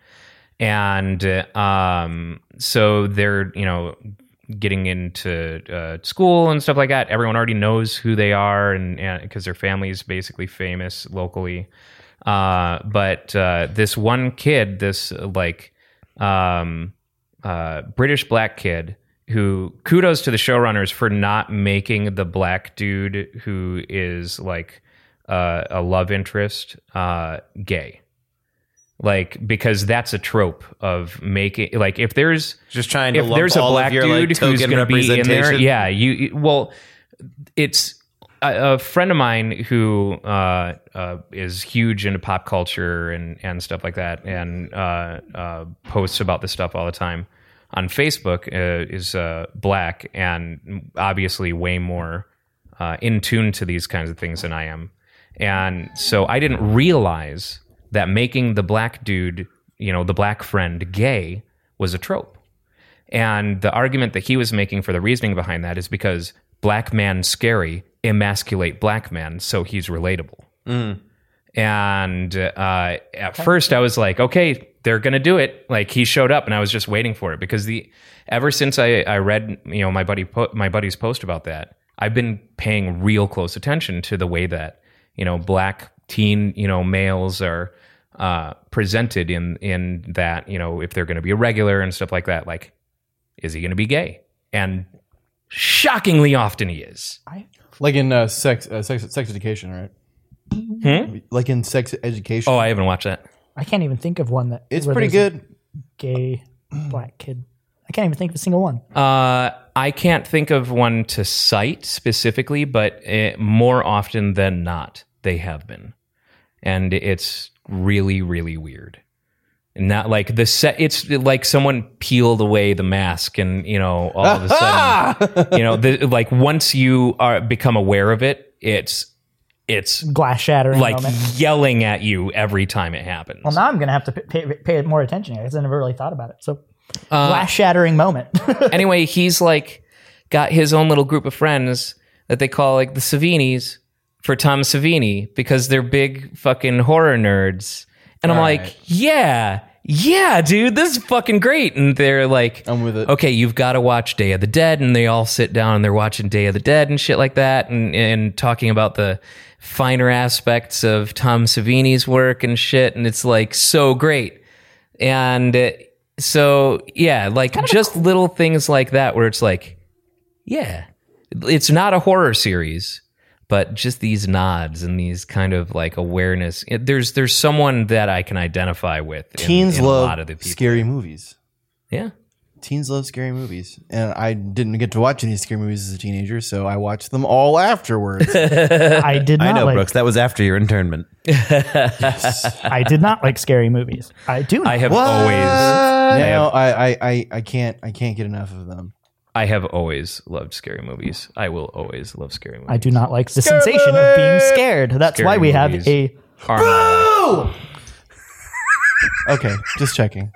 Speaker 4: and uh, um, so they're you know getting into uh, school and stuff like that, everyone already knows who they are, and because their family's basically famous locally. Uh, but uh, this one kid, this uh, like um, uh, British black kid, who kudos to the showrunners for not making the black dude who is like uh, a love interest uh, gay. Like because that's a trope of making like if there's
Speaker 2: Just trying to
Speaker 4: if
Speaker 2: lump
Speaker 4: there's a
Speaker 2: all
Speaker 4: black
Speaker 2: of your
Speaker 4: dude
Speaker 2: like
Speaker 4: who's
Speaker 2: token
Speaker 4: going to be in there,
Speaker 2: representation.
Speaker 4: yeah, you you- well, it's a, a friend of mine who uh, uh, is huge into pop culture and and stuff like that, and uh, uh, posts about this stuff all the time on Facebook. Uh, is uh, black and obviously way more uh, in tune to these kinds of things than I am. And so I didn't realize that making the black dude, you know, the black friend gay was a trope. And the argument that he was making for the reasoning behind that is because black man scary emasculate black man, so he's relatable. And uh, at first, I was like, okay, they're gonna do it. Like he showed up, and I was just waiting for it because the ever since I, I read you know my buddy po- my buddy's post about that, I've been paying real close attention to the way that you know black teen you know males are uh, presented in in that you know if they're gonna be a regular and stuff like that. Like, is he gonna be gay? And shockingly often he is.
Speaker 5: Like in uh, sex, uh, sex, sex education, right?
Speaker 4: Hmm?
Speaker 5: Like in sex education.
Speaker 4: Oh, I haven't watched that.
Speaker 6: I can't even think of one that
Speaker 5: it's
Speaker 6: where
Speaker 5: pretty
Speaker 6: there's a
Speaker 5: good.
Speaker 6: Gay black kid. I can't even think of a single one.
Speaker 4: Uh, I can't think of one to cite specifically, but eh, more often than not, they have been, and it's really, really weird. Not like the set. It's like someone peeled away the mask, and you know, all of a sudden,
Speaker 5: Ah!
Speaker 4: you know, the, like once you are become aware of it, it's it's
Speaker 6: Glass shattering
Speaker 4: like
Speaker 6: moment.
Speaker 4: yelling at you every time it happens.
Speaker 6: Well, now I'm going to have to pay, pay more attention here because I never really thought about it. So,
Speaker 4: Uh,
Speaker 6: glass shattering moment.
Speaker 4: anyway, he's like got his own little group of friends that they call like the Savinis for Tom Savini because they're big fucking horror nerds. And I'm like, yeah, yeah, dude, this is fucking great. And they're like,
Speaker 5: I'm with it.
Speaker 4: okay, you've got to watch Day of the Dead, and they all sit down and they're watching Day of the Dead and shit like that, and and talking about the finer aspects of Tom Savini's work and shit, and it's like so great, and uh, so yeah, like just little things like that where it's like, yeah, it's not a horror series. But just these nods and these kind of like awareness. It- There's there's someone that I can identify with. in-
Speaker 5: Teens
Speaker 4: in
Speaker 5: love
Speaker 4: a lot of the people.
Speaker 5: scary movies.
Speaker 4: Yeah.
Speaker 5: Teens love scary movies, and I didn't get to watch any scary movies as a teenager, so I watched them all afterwards.
Speaker 6: I did
Speaker 2: I
Speaker 6: not
Speaker 2: know,
Speaker 6: like.
Speaker 2: Brooks. That was after your internment.
Speaker 6: I did not like scary movies. I do.
Speaker 4: I
Speaker 6: Not.
Speaker 4: have always
Speaker 5: now I, I, I, I can't I can't get enough of them.
Speaker 4: I have always loved scary movies. I will always love scary movies.
Speaker 6: I do not like the sensation of being scared. That's
Speaker 4: Scary
Speaker 6: why we have
Speaker 4: movies.
Speaker 6: a
Speaker 4: Carnal.
Speaker 5: Okay, just checking.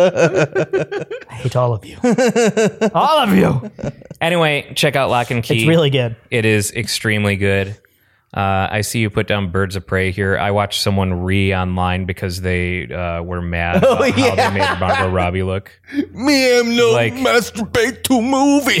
Speaker 6: I hate all of you. all of you.
Speaker 4: Anyway, check out Lock and Key.
Speaker 6: It's really good.
Speaker 4: It is extremely good. Uh, I see you put down Birds of Prey here. I watched someone re online because they uh, were mad about how they made Margot Robbie look.
Speaker 7: Oh, Me am no
Speaker 4: Like-
Speaker 7: masturbate to movie.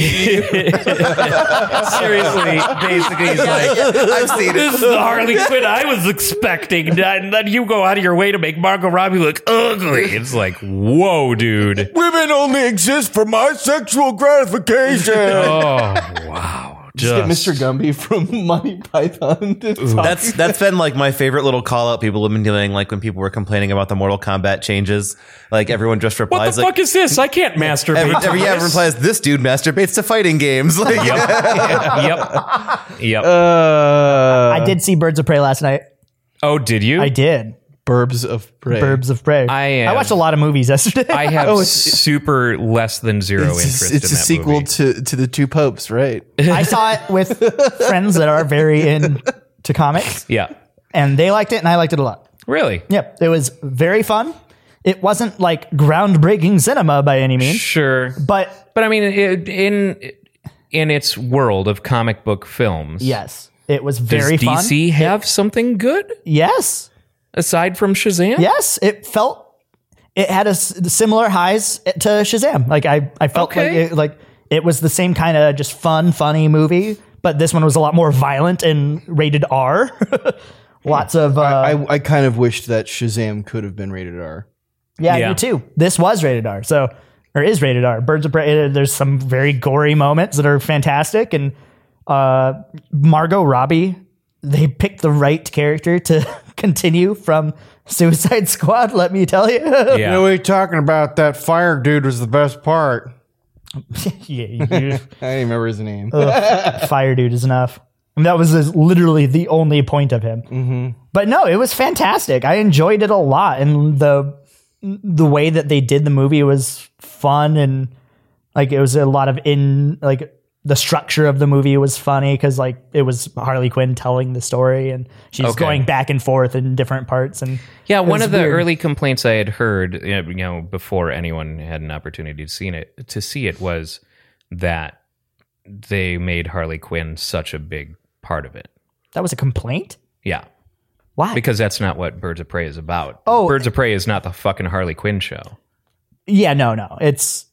Speaker 4: Seriously, basically, he's like,
Speaker 7: I've seen it.
Speaker 4: this is the Harley Quinn I was expecting, and then you go out of your way to make Margot Robbie look ugly. It's like, whoa, dude.
Speaker 7: Women only exist for my sexual gratification.
Speaker 4: Oh, wow.
Speaker 5: Get Mr. Gumby from Monty Python. To talk.
Speaker 2: That's that's been like my favorite little call out people have been doing, like when people were complaining about the Mortal Kombat changes. Like everyone just
Speaker 4: What
Speaker 2: replies
Speaker 4: the
Speaker 2: like
Speaker 4: fuck is this? I can't masturbate.
Speaker 2: every,
Speaker 4: to
Speaker 2: every yeah, everyone
Speaker 4: this.
Speaker 2: replies this dude masturbates to fighting games. Like
Speaker 4: Yep. Yep.
Speaker 5: Uh,
Speaker 4: Uh,
Speaker 6: I did see Birds of Prey last night.
Speaker 4: oh, did you?
Speaker 6: I did.
Speaker 5: Burbs of Prey.
Speaker 6: Birds of Prey.
Speaker 4: I am-
Speaker 6: I watched a lot of movies yesterday.
Speaker 4: I have
Speaker 6: oh,
Speaker 4: super less than zero interest
Speaker 5: It's, a-
Speaker 4: in
Speaker 5: it's a
Speaker 4: that
Speaker 5: sequel
Speaker 4: movie.
Speaker 5: to to the Two Popes, right?
Speaker 6: I saw it with friends that are very into comics,
Speaker 4: yeah.
Speaker 6: and they liked it, and I liked it a lot.
Speaker 4: Really?
Speaker 6: Yep, it was very fun. It wasn't like groundbreaking cinema by any means,
Speaker 4: Sure.
Speaker 6: but
Speaker 4: But I mean, it, in in its world of comic book films,
Speaker 6: yes, it was
Speaker 4: does
Speaker 6: very fun.
Speaker 4: DC have something good?
Speaker 6: Yes,
Speaker 4: aside from Shazam?
Speaker 6: Yes, it felt it had a s- similar highs to Shazam. Like I, I felt
Speaker 4: Okay.
Speaker 6: like it, like it was the same kind of just fun, funny movie, but this one was a lot more violent and rated R. Lots of uh,
Speaker 5: I, I kind of wish that Shazam could have been rated R.
Speaker 6: yeah,
Speaker 4: Yeah.
Speaker 6: you too. This was rated R, so or is rated R. Birds of Prey. uh, There's some very gory moments that are fantastic, and uh, Margot Robbie. They picked the right character to continue from Suicide Squad. Let me tell you.
Speaker 4: Yeah.
Speaker 7: are you talking about? That fire dude was the best part.
Speaker 6: yeah you-
Speaker 5: I don't even remember his name.
Speaker 6: fire dude is enough. And that was his- literally the only point of him. Mm-hmm. But no, it was fantastic. I enjoyed it a lot, and the the way that they did the movie was fun, and like it was a lot of in like the structure of the movie was funny because like it was Harley Quinn telling the story, and she's
Speaker 4: Okay.
Speaker 6: going back and forth in different parts, and
Speaker 4: Yeah, one
Speaker 6: was
Speaker 4: of the
Speaker 6: weird.
Speaker 4: early complaints I had heard, you know, before anyone had an opportunity to see it, to see it was that they made Harley Quinn such a big part of it.
Speaker 6: that was a complaint.
Speaker 4: Yeah,
Speaker 6: Why?
Speaker 4: because that's not what Birds of Prey is about.
Speaker 6: Oh.
Speaker 4: Birds of Prey is not the fucking Harley Quinn show.
Speaker 6: Yeah, no, no. It's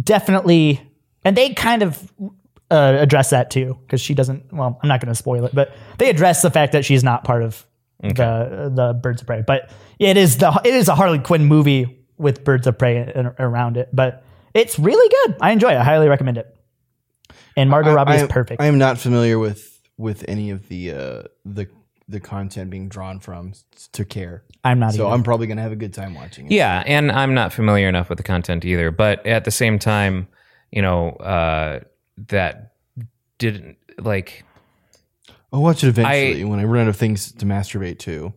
Speaker 6: definitely, and they kind of uh, address that too because she doesn't. Well, I'm not going to spoil it, but they address the fact that she's not part of the the Birds of Prey. But it is the it is a Harley Quinn movie with Birds of Prey in, around it. But it's really good. I enjoy it. I highly recommend it. And Margot Robbie
Speaker 5: I
Speaker 6: is
Speaker 5: am-
Speaker 6: perfect.
Speaker 5: I am not familiar with with any of the uh, the the content being drawn from s- to care.
Speaker 6: I'm not
Speaker 5: so
Speaker 6: either.
Speaker 5: I'm probably gonna have a good time watching it.
Speaker 4: Yeah, and I'm not familiar enough with the content either. But at the same time, you know, uh, that didn't like.
Speaker 5: I'll watch it eventually
Speaker 4: I-
Speaker 5: when I run out of things to masturbate to.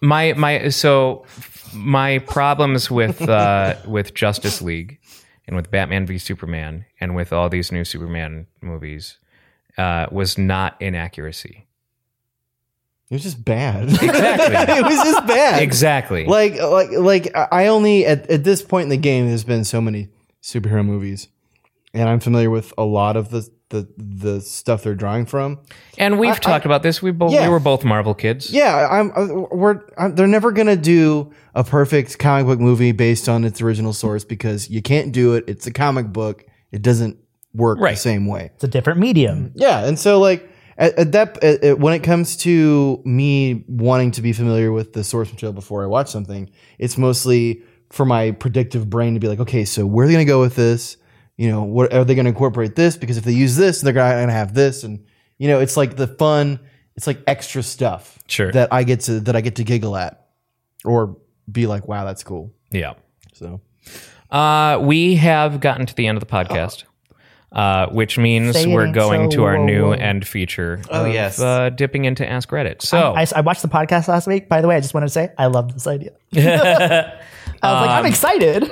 Speaker 4: my my so my problems with uh with Justice League and with Batman v Superman and with all these new Superman movies uh was not inaccuracy.
Speaker 5: It was just bad.
Speaker 4: Exactly.
Speaker 5: it was just bad.
Speaker 4: Exactly.
Speaker 5: Like like like I I only at, at this point in the game there's been so many superhero movies, and I'm familiar with a lot of the the the stuff they're drawing from.
Speaker 4: and we've talked about this. We both
Speaker 5: Yeah.
Speaker 4: we were both Marvel kids.
Speaker 5: Yeah, I'm. I- We're. I'm, they're never gonna do a perfect comic book movie based on its original source because you can't do it. It's a comic book. It doesn't work
Speaker 4: Right.
Speaker 5: the same way.
Speaker 6: it's a different medium.
Speaker 5: Yeah, and so like at, at that at, at- when it comes to me wanting to be familiar with the source material before I watch something, it's mostly for my predictive brain to be like, okay, so where are they gonna go with this? You know, what are they gonna incorporate this? Because if they use this, they're gonna have this, and you know, it's like the fun. It's like extra stuff
Speaker 4: Sure.
Speaker 5: that I get to that I get to giggle at or be like, wow, that's cool.
Speaker 4: Yeah.
Speaker 5: So
Speaker 4: Uh, we have gotten to the end of the podcast, uh, which means
Speaker 6: Say it
Speaker 4: we're
Speaker 6: ain't
Speaker 4: going
Speaker 6: so,
Speaker 4: to our
Speaker 6: whoa,
Speaker 4: new
Speaker 6: whoa.
Speaker 4: end feature.
Speaker 2: Oh,
Speaker 4: of,
Speaker 2: yes.
Speaker 4: uh, dipping into Ask Reddit. So
Speaker 6: I, I watched the podcast last week. By the way, I just wanted to say I love this idea. I was like, I'm excited.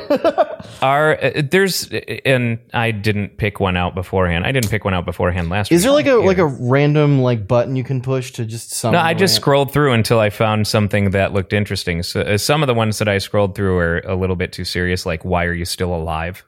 Speaker 4: Are uh, there's and I didn't pick one out beforehand. I didn't pick one out beforehand last
Speaker 5: is
Speaker 4: week.
Speaker 5: there like a like a random like button you can push to just summon?
Speaker 4: No, I just
Speaker 5: rant?
Speaker 4: scrolled through until I found something that looked interesting. So uh, some of the ones that I scrolled through are a little bit too serious, like "Why are you still alive?"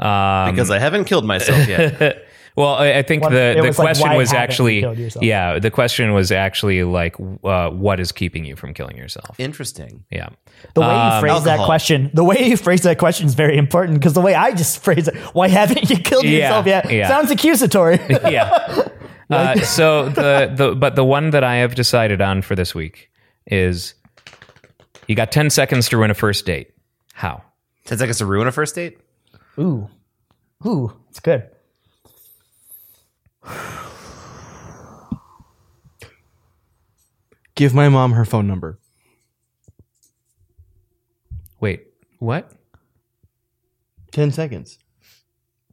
Speaker 4: Um,
Speaker 2: because I haven't killed myself yet.
Speaker 4: well, I, I think
Speaker 6: One-
Speaker 4: the
Speaker 6: it
Speaker 4: the
Speaker 6: was like,
Speaker 4: question
Speaker 6: "Why
Speaker 4: was
Speaker 6: haven't you
Speaker 4: actually
Speaker 6: killed yourself?"
Speaker 4: yeah, the question was actually like, uh, "What is keeping you from killing yourself?"
Speaker 2: Interesting.
Speaker 4: Yeah,
Speaker 6: The way
Speaker 4: Um,
Speaker 6: you phrase that
Speaker 2: alcohol.
Speaker 6: question, the way you phrase that question is very important because the way I just phrase it, why haven't you killed
Speaker 4: Yeah,
Speaker 6: yourself yet?
Speaker 4: yeah.
Speaker 6: Sounds accusatory.
Speaker 4: yeah. Uh, so the the but the one that I have decided on for this week is you got ten seconds to ruin a first date. How?
Speaker 2: Ten seconds to ruin a first date.
Speaker 6: Ooh, ooh, it's good.
Speaker 5: give my mom her phone number.
Speaker 4: Wait, what?
Speaker 5: 10 seconds.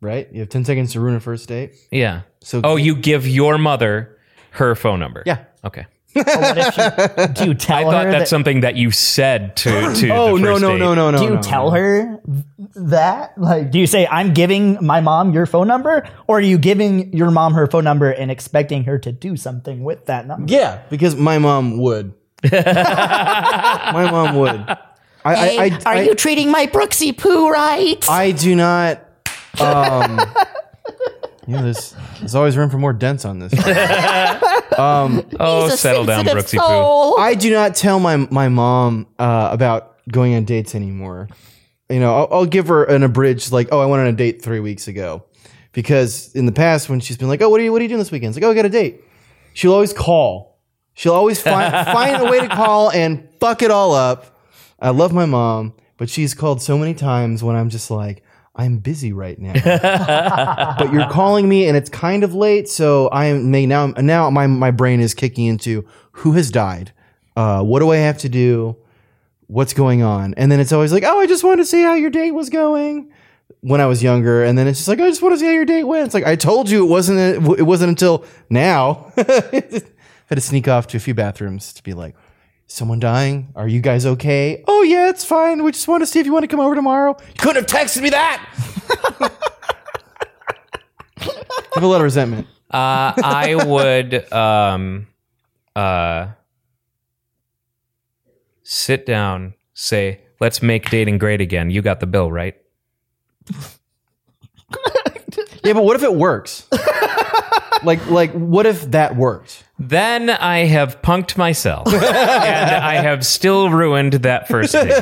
Speaker 5: Right? You have 10 seconds to ruin a first date.
Speaker 4: Yeah.
Speaker 5: So
Speaker 4: Oh, you give your mother her phone number.
Speaker 5: Yeah.
Speaker 4: Okay.
Speaker 6: But what if you, do you
Speaker 4: I
Speaker 6: tell
Speaker 4: thought
Speaker 6: her
Speaker 4: that's
Speaker 6: that?
Speaker 4: something that you said to to.
Speaker 5: Oh
Speaker 4: the
Speaker 5: no
Speaker 4: first
Speaker 5: no
Speaker 4: date.
Speaker 5: no no no.
Speaker 6: do you
Speaker 5: no,
Speaker 6: tell
Speaker 5: no.
Speaker 6: her that? Like, do you say I'm giving my mom your phone number, or are you giving your mom her phone number and expecting her to do something with that number?
Speaker 5: Yeah, because my mom would. my mom would. I I, I, I,
Speaker 6: treating my Brooksy poo right?
Speaker 5: I do not um Yeah, there's, there's always room for more dents on this.
Speaker 4: Oh,
Speaker 8: He's a
Speaker 4: settle down,
Speaker 8: sensitive
Speaker 4: Brooksy Poo.
Speaker 8: soul.
Speaker 5: I do not tell my my mom uh, about going on dates anymore. You know, I'll, I'll give her an abridged like, "Oh, I went on a date three weeks ago," because in the past when she's been like, "Oh, what are you what are you doing this weekend?" It's like, "Oh, I got a date." She'll always call. She'll always find find a way to call and fuck it all up. I love my mom, but she's called so many times when I'm just like, "I'm busy right now." but you're calling me and it's kind of late, so I may now now my my brain is kicking into who has died, uh, what do I have to do, what's going on, and then it's always like, oh, I just wanted to see how your date was going when I was younger, and then it's just like, I just want to see how your date went. It's like I told you it wasn't it wasn't until now. I had to sneak off to a few bathrooms to be like. Someone dying? Are you guys okay? Oh yeah, it's fine. We just want to see if you want to come over tomorrow. You couldn't have texted me that. I have a lot of resentment.
Speaker 4: Uh, I would um, uh, sit down, say, let's make dating great again. You got the bill, right?
Speaker 5: Yeah, but what if it works? like, like, what if that worked?
Speaker 4: Then I have punked myself, and I have still ruined that first date.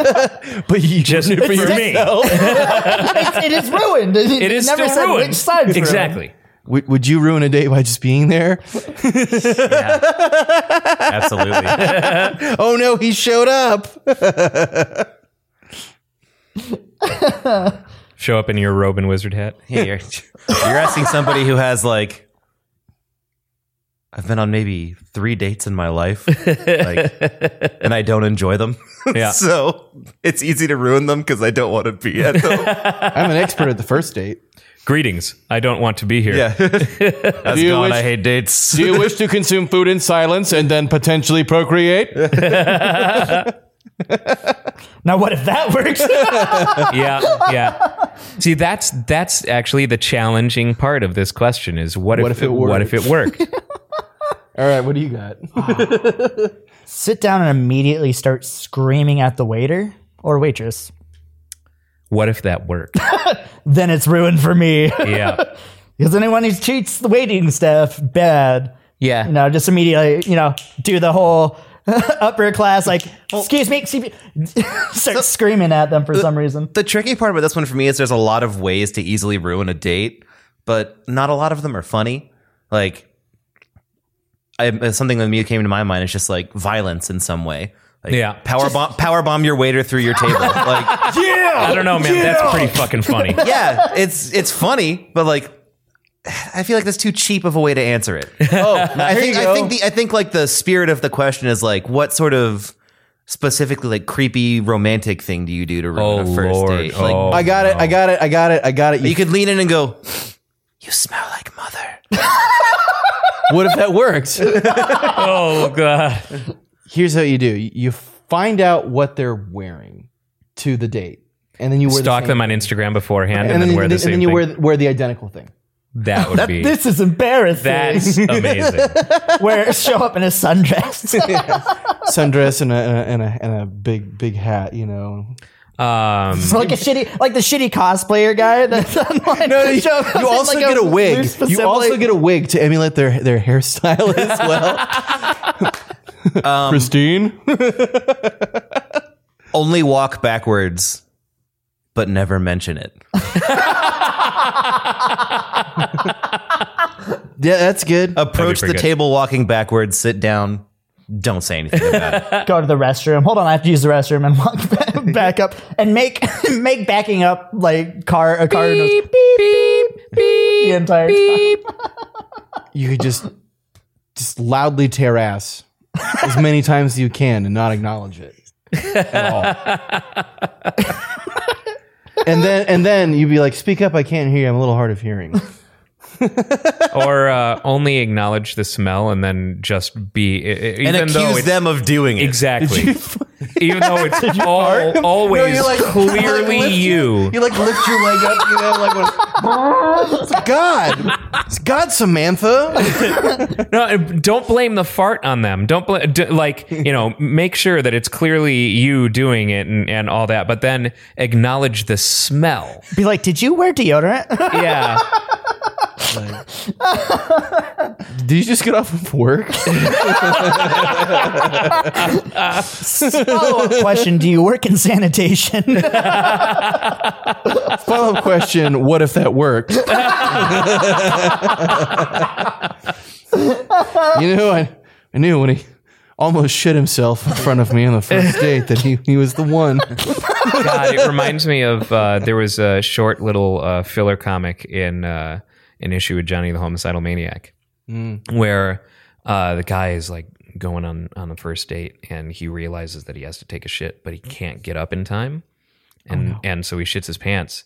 Speaker 5: But you
Speaker 4: Just for me,
Speaker 6: It's, it is ruined. It,
Speaker 4: it is
Speaker 6: never
Speaker 4: still
Speaker 6: said
Speaker 4: ruined.
Speaker 6: Which side's ruined.
Speaker 4: exactly.
Speaker 5: would, would you ruin a date by just being there?
Speaker 2: Absolutely.
Speaker 5: Oh no, he showed up.
Speaker 4: Show up in your robe and wizard hat.
Speaker 2: Yeah, you're, you're asking somebody who has like I've been on maybe three dates in my life, like, and I don't enjoy them.
Speaker 4: Yeah.
Speaker 2: so it's easy to ruin them because I don't want to be at them.
Speaker 5: I'm an expert at the first date.
Speaker 4: Greetings. I don't want to be here.
Speaker 2: yeah. That's
Speaker 5: you
Speaker 2: gone.
Speaker 5: wish-
Speaker 2: I hate dates.
Speaker 5: you wish to consume food in silence and then potentially procreate?
Speaker 6: Now, what if that works?
Speaker 4: yeah, yeah. See, that's that's actually the challenging part of this question is what,
Speaker 5: What
Speaker 4: if,
Speaker 5: if it
Speaker 4: what if it worked?
Speaker 5: All right, what do you got?
Speaker 6: Sit down and immediately start screaming at the waiter or waitress.
Speaker 4: what if that worked?
Speaker 6: Then it's ruined for me.
Speaker 4: Yeah.
Speaker 6: Because anyone who cheats the waiting staff, bad.
Speaker 4: Yeah.
Speaker 6: You know, just immediately, you know, do the whole upper class, like, excuse me, excuse me. start screaming at them for some reason.
Speaker 2: the tricky part about this one for me is there's a lot of ways to easily ruin a date, but not a lot of them are funny. Like, I, something that me came to my mind is just like violence in some way. Like,
Speaker 4: Yeah.
Speaker 2: power bomb, power bomb your waiter through your table. like,
Speaker 4: I don't know, man. That's pretty fucking funny.
Speaker 2: yeah, it's it's funny, but like, I feel like that's too cheap of a way to answer it. Oh, I think I think the I think like the spirit of the question is like, what sort of specifically like creepy romantic thing do you do to ruin
Speaker 4: Oh,
Speaker 2: a first
Speaker 4: Lord.
Speaker 2: date? Like,
Speaker 4: Oh.
Speaker 5: I got it. I got it. I got it. I got it.
Speaker 2: You could lean in and go, "You smell like mother."
Speaker 5: what if that worked?
Speaker 4: Oh god.
Speaker 5: Here's how you do: you find out what they're wearing to the date, and then you wear
Speaker 4: Stalk
Speaker 5: the
Speaker 4: them
Speaker 5: same-
Speaker 4: on Instagram beforehand and,
Speaker 5: and,
Speaker 4: then,
Speaker 5: then,
Speaker 4: wear the
Speaker 5: and
Speaker 4: same
Speaker 5: then you
Speaker 4: thing.
Speaker 5: wear, wear the identical thing.
Speaker 4: that would be
Speaker 6: This is embarrassing.
Speaker 4: that's amazing.
Speaker 6: Where show up in a sundress.
Speaker 5: sundress and a, and a and a big big hat, you know.
Speaker 4: Um
Speaker 6: So like a shitty, like the shitty cosplayer guy that's online.
Speaker 5: you,
Speaker 6: Show up in
Speaker 5: also
Speaker 6: like
Speaker 5: get a wig.
Speaker 6: loose
Speaker 5: You
Speaker 6: facsimile.
Speaker 5: also get a wig to emulate their their hairstyle as well. Christine,
Speaker 2: Only walk backwards, but never mention it.
Speaker 5: yeah, that's good. Uh,
Speaker 2: Approach the
Speaker 4: pretty good.
Speaker 2: table walking backwards, sit down, don't say anything about it.
Speaker 6: go to the restroom. Hold on, I have to use the restroom and walk ba- back up and make make backing up like car a car noise the entire time.
Speaker 5: you could just just loudly tear ass as many times as you can and not acknowledge it at all. and then and then you'd be like, "Speak up! I can't hear you. I'm a little hard of hearing."
Speaker 4: or uh, only acknowledge the smell and then just be i- i- even
Speaker 2: And
Speaker 4: though
Speaker 2: accuse
Speaker 4: it's-
Speaker 2: them of doing it.
Speaker 4: Exactly. Even though it's all, always clearly you.
Speaker 5: You like lift your leg up, you know, like when- It's God, it's God, Samantha.
Speaker 4: No, don't blame the fart on them. Don't bl- d- like you know. Make sure that it's clearly you doing it and, and all that, but then acknowledge the smell.
Speaker 6: Be like, did you wear deodorant?
Speaker 4: Yeah.
Speaker 5: Like, did you just get off of work?
Speaker 6: Follow-up question: Do you work in sanitation?
Speaker 5: Follow up question: What if that worked? you know, I, I knew when he almost shit himself in front of me on the first date that he, he was the one.
Speaker 4: God, it reminds me of uh, there was a short little uh, filler comic in uh, an issue with Johnny the Homicidal Maniac, where uh, the guy is like going on on the first date and he realizes that he has to take a shit, but he can't get up in time, and and so he shits his pants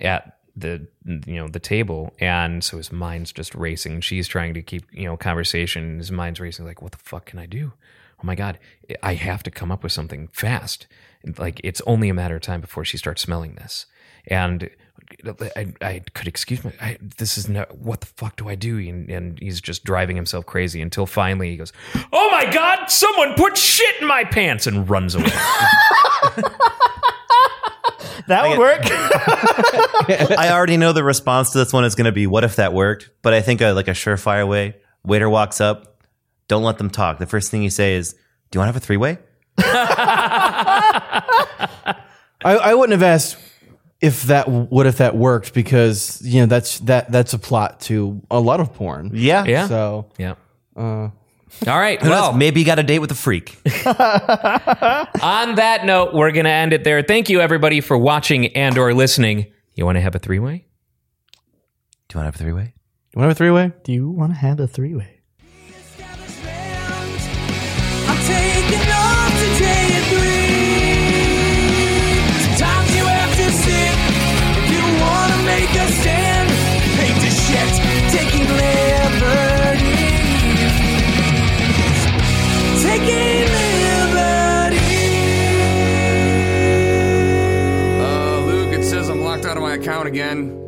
Speaker 4: at the you know the table and so his mind's just racing she's trying to keep you know conversation his mind's racing like what the fuck can i do oh my god i have to come up with something fast like it's only a matter of time before she starts smelling this and i, I could excuse my I, this is no what the fuck do i do and, and he's just driving himself crazy until finally he goes oh my god someone put shit in my pants and runs away
Speaker 6: that would work.
Speaker 2: I already know the response to this one is going to be, "What if that worked?" But I think a, like a surefire way. Waiter walks up. Don't let them talk. The first thing you say is, "Do you want to have a three-way?"
Speaker 5: I, I wouldn't have asked if that what if that worked because you know that's that that's a plot to a lot of porn.
Speaker 2: Yeah.
Speaker 4: yeah
Speaker 5: So
Speaker 4: yeah all right
Speaker 2: Who knows?
Speaker 4: well
Speaker 2: maybe you got a date with a freak.
Speaker 4: on that note, we're going to end it there. Thank you everybody for watching and or listening. You want to have a three-way?
Speaker 2: Do you want to have a three-way?
Speaker 5: you want to have a three way?
Speaker 6: Do you want to have a three-way?
Speaker 8: establishment. I'm taking off today at three. Sometimes you have to sit if you wanna make a stand. Hate to shit, taking liberties. Taking liberties.
Speaker 9: Uh, Luke, it says I'm locked out of my account again.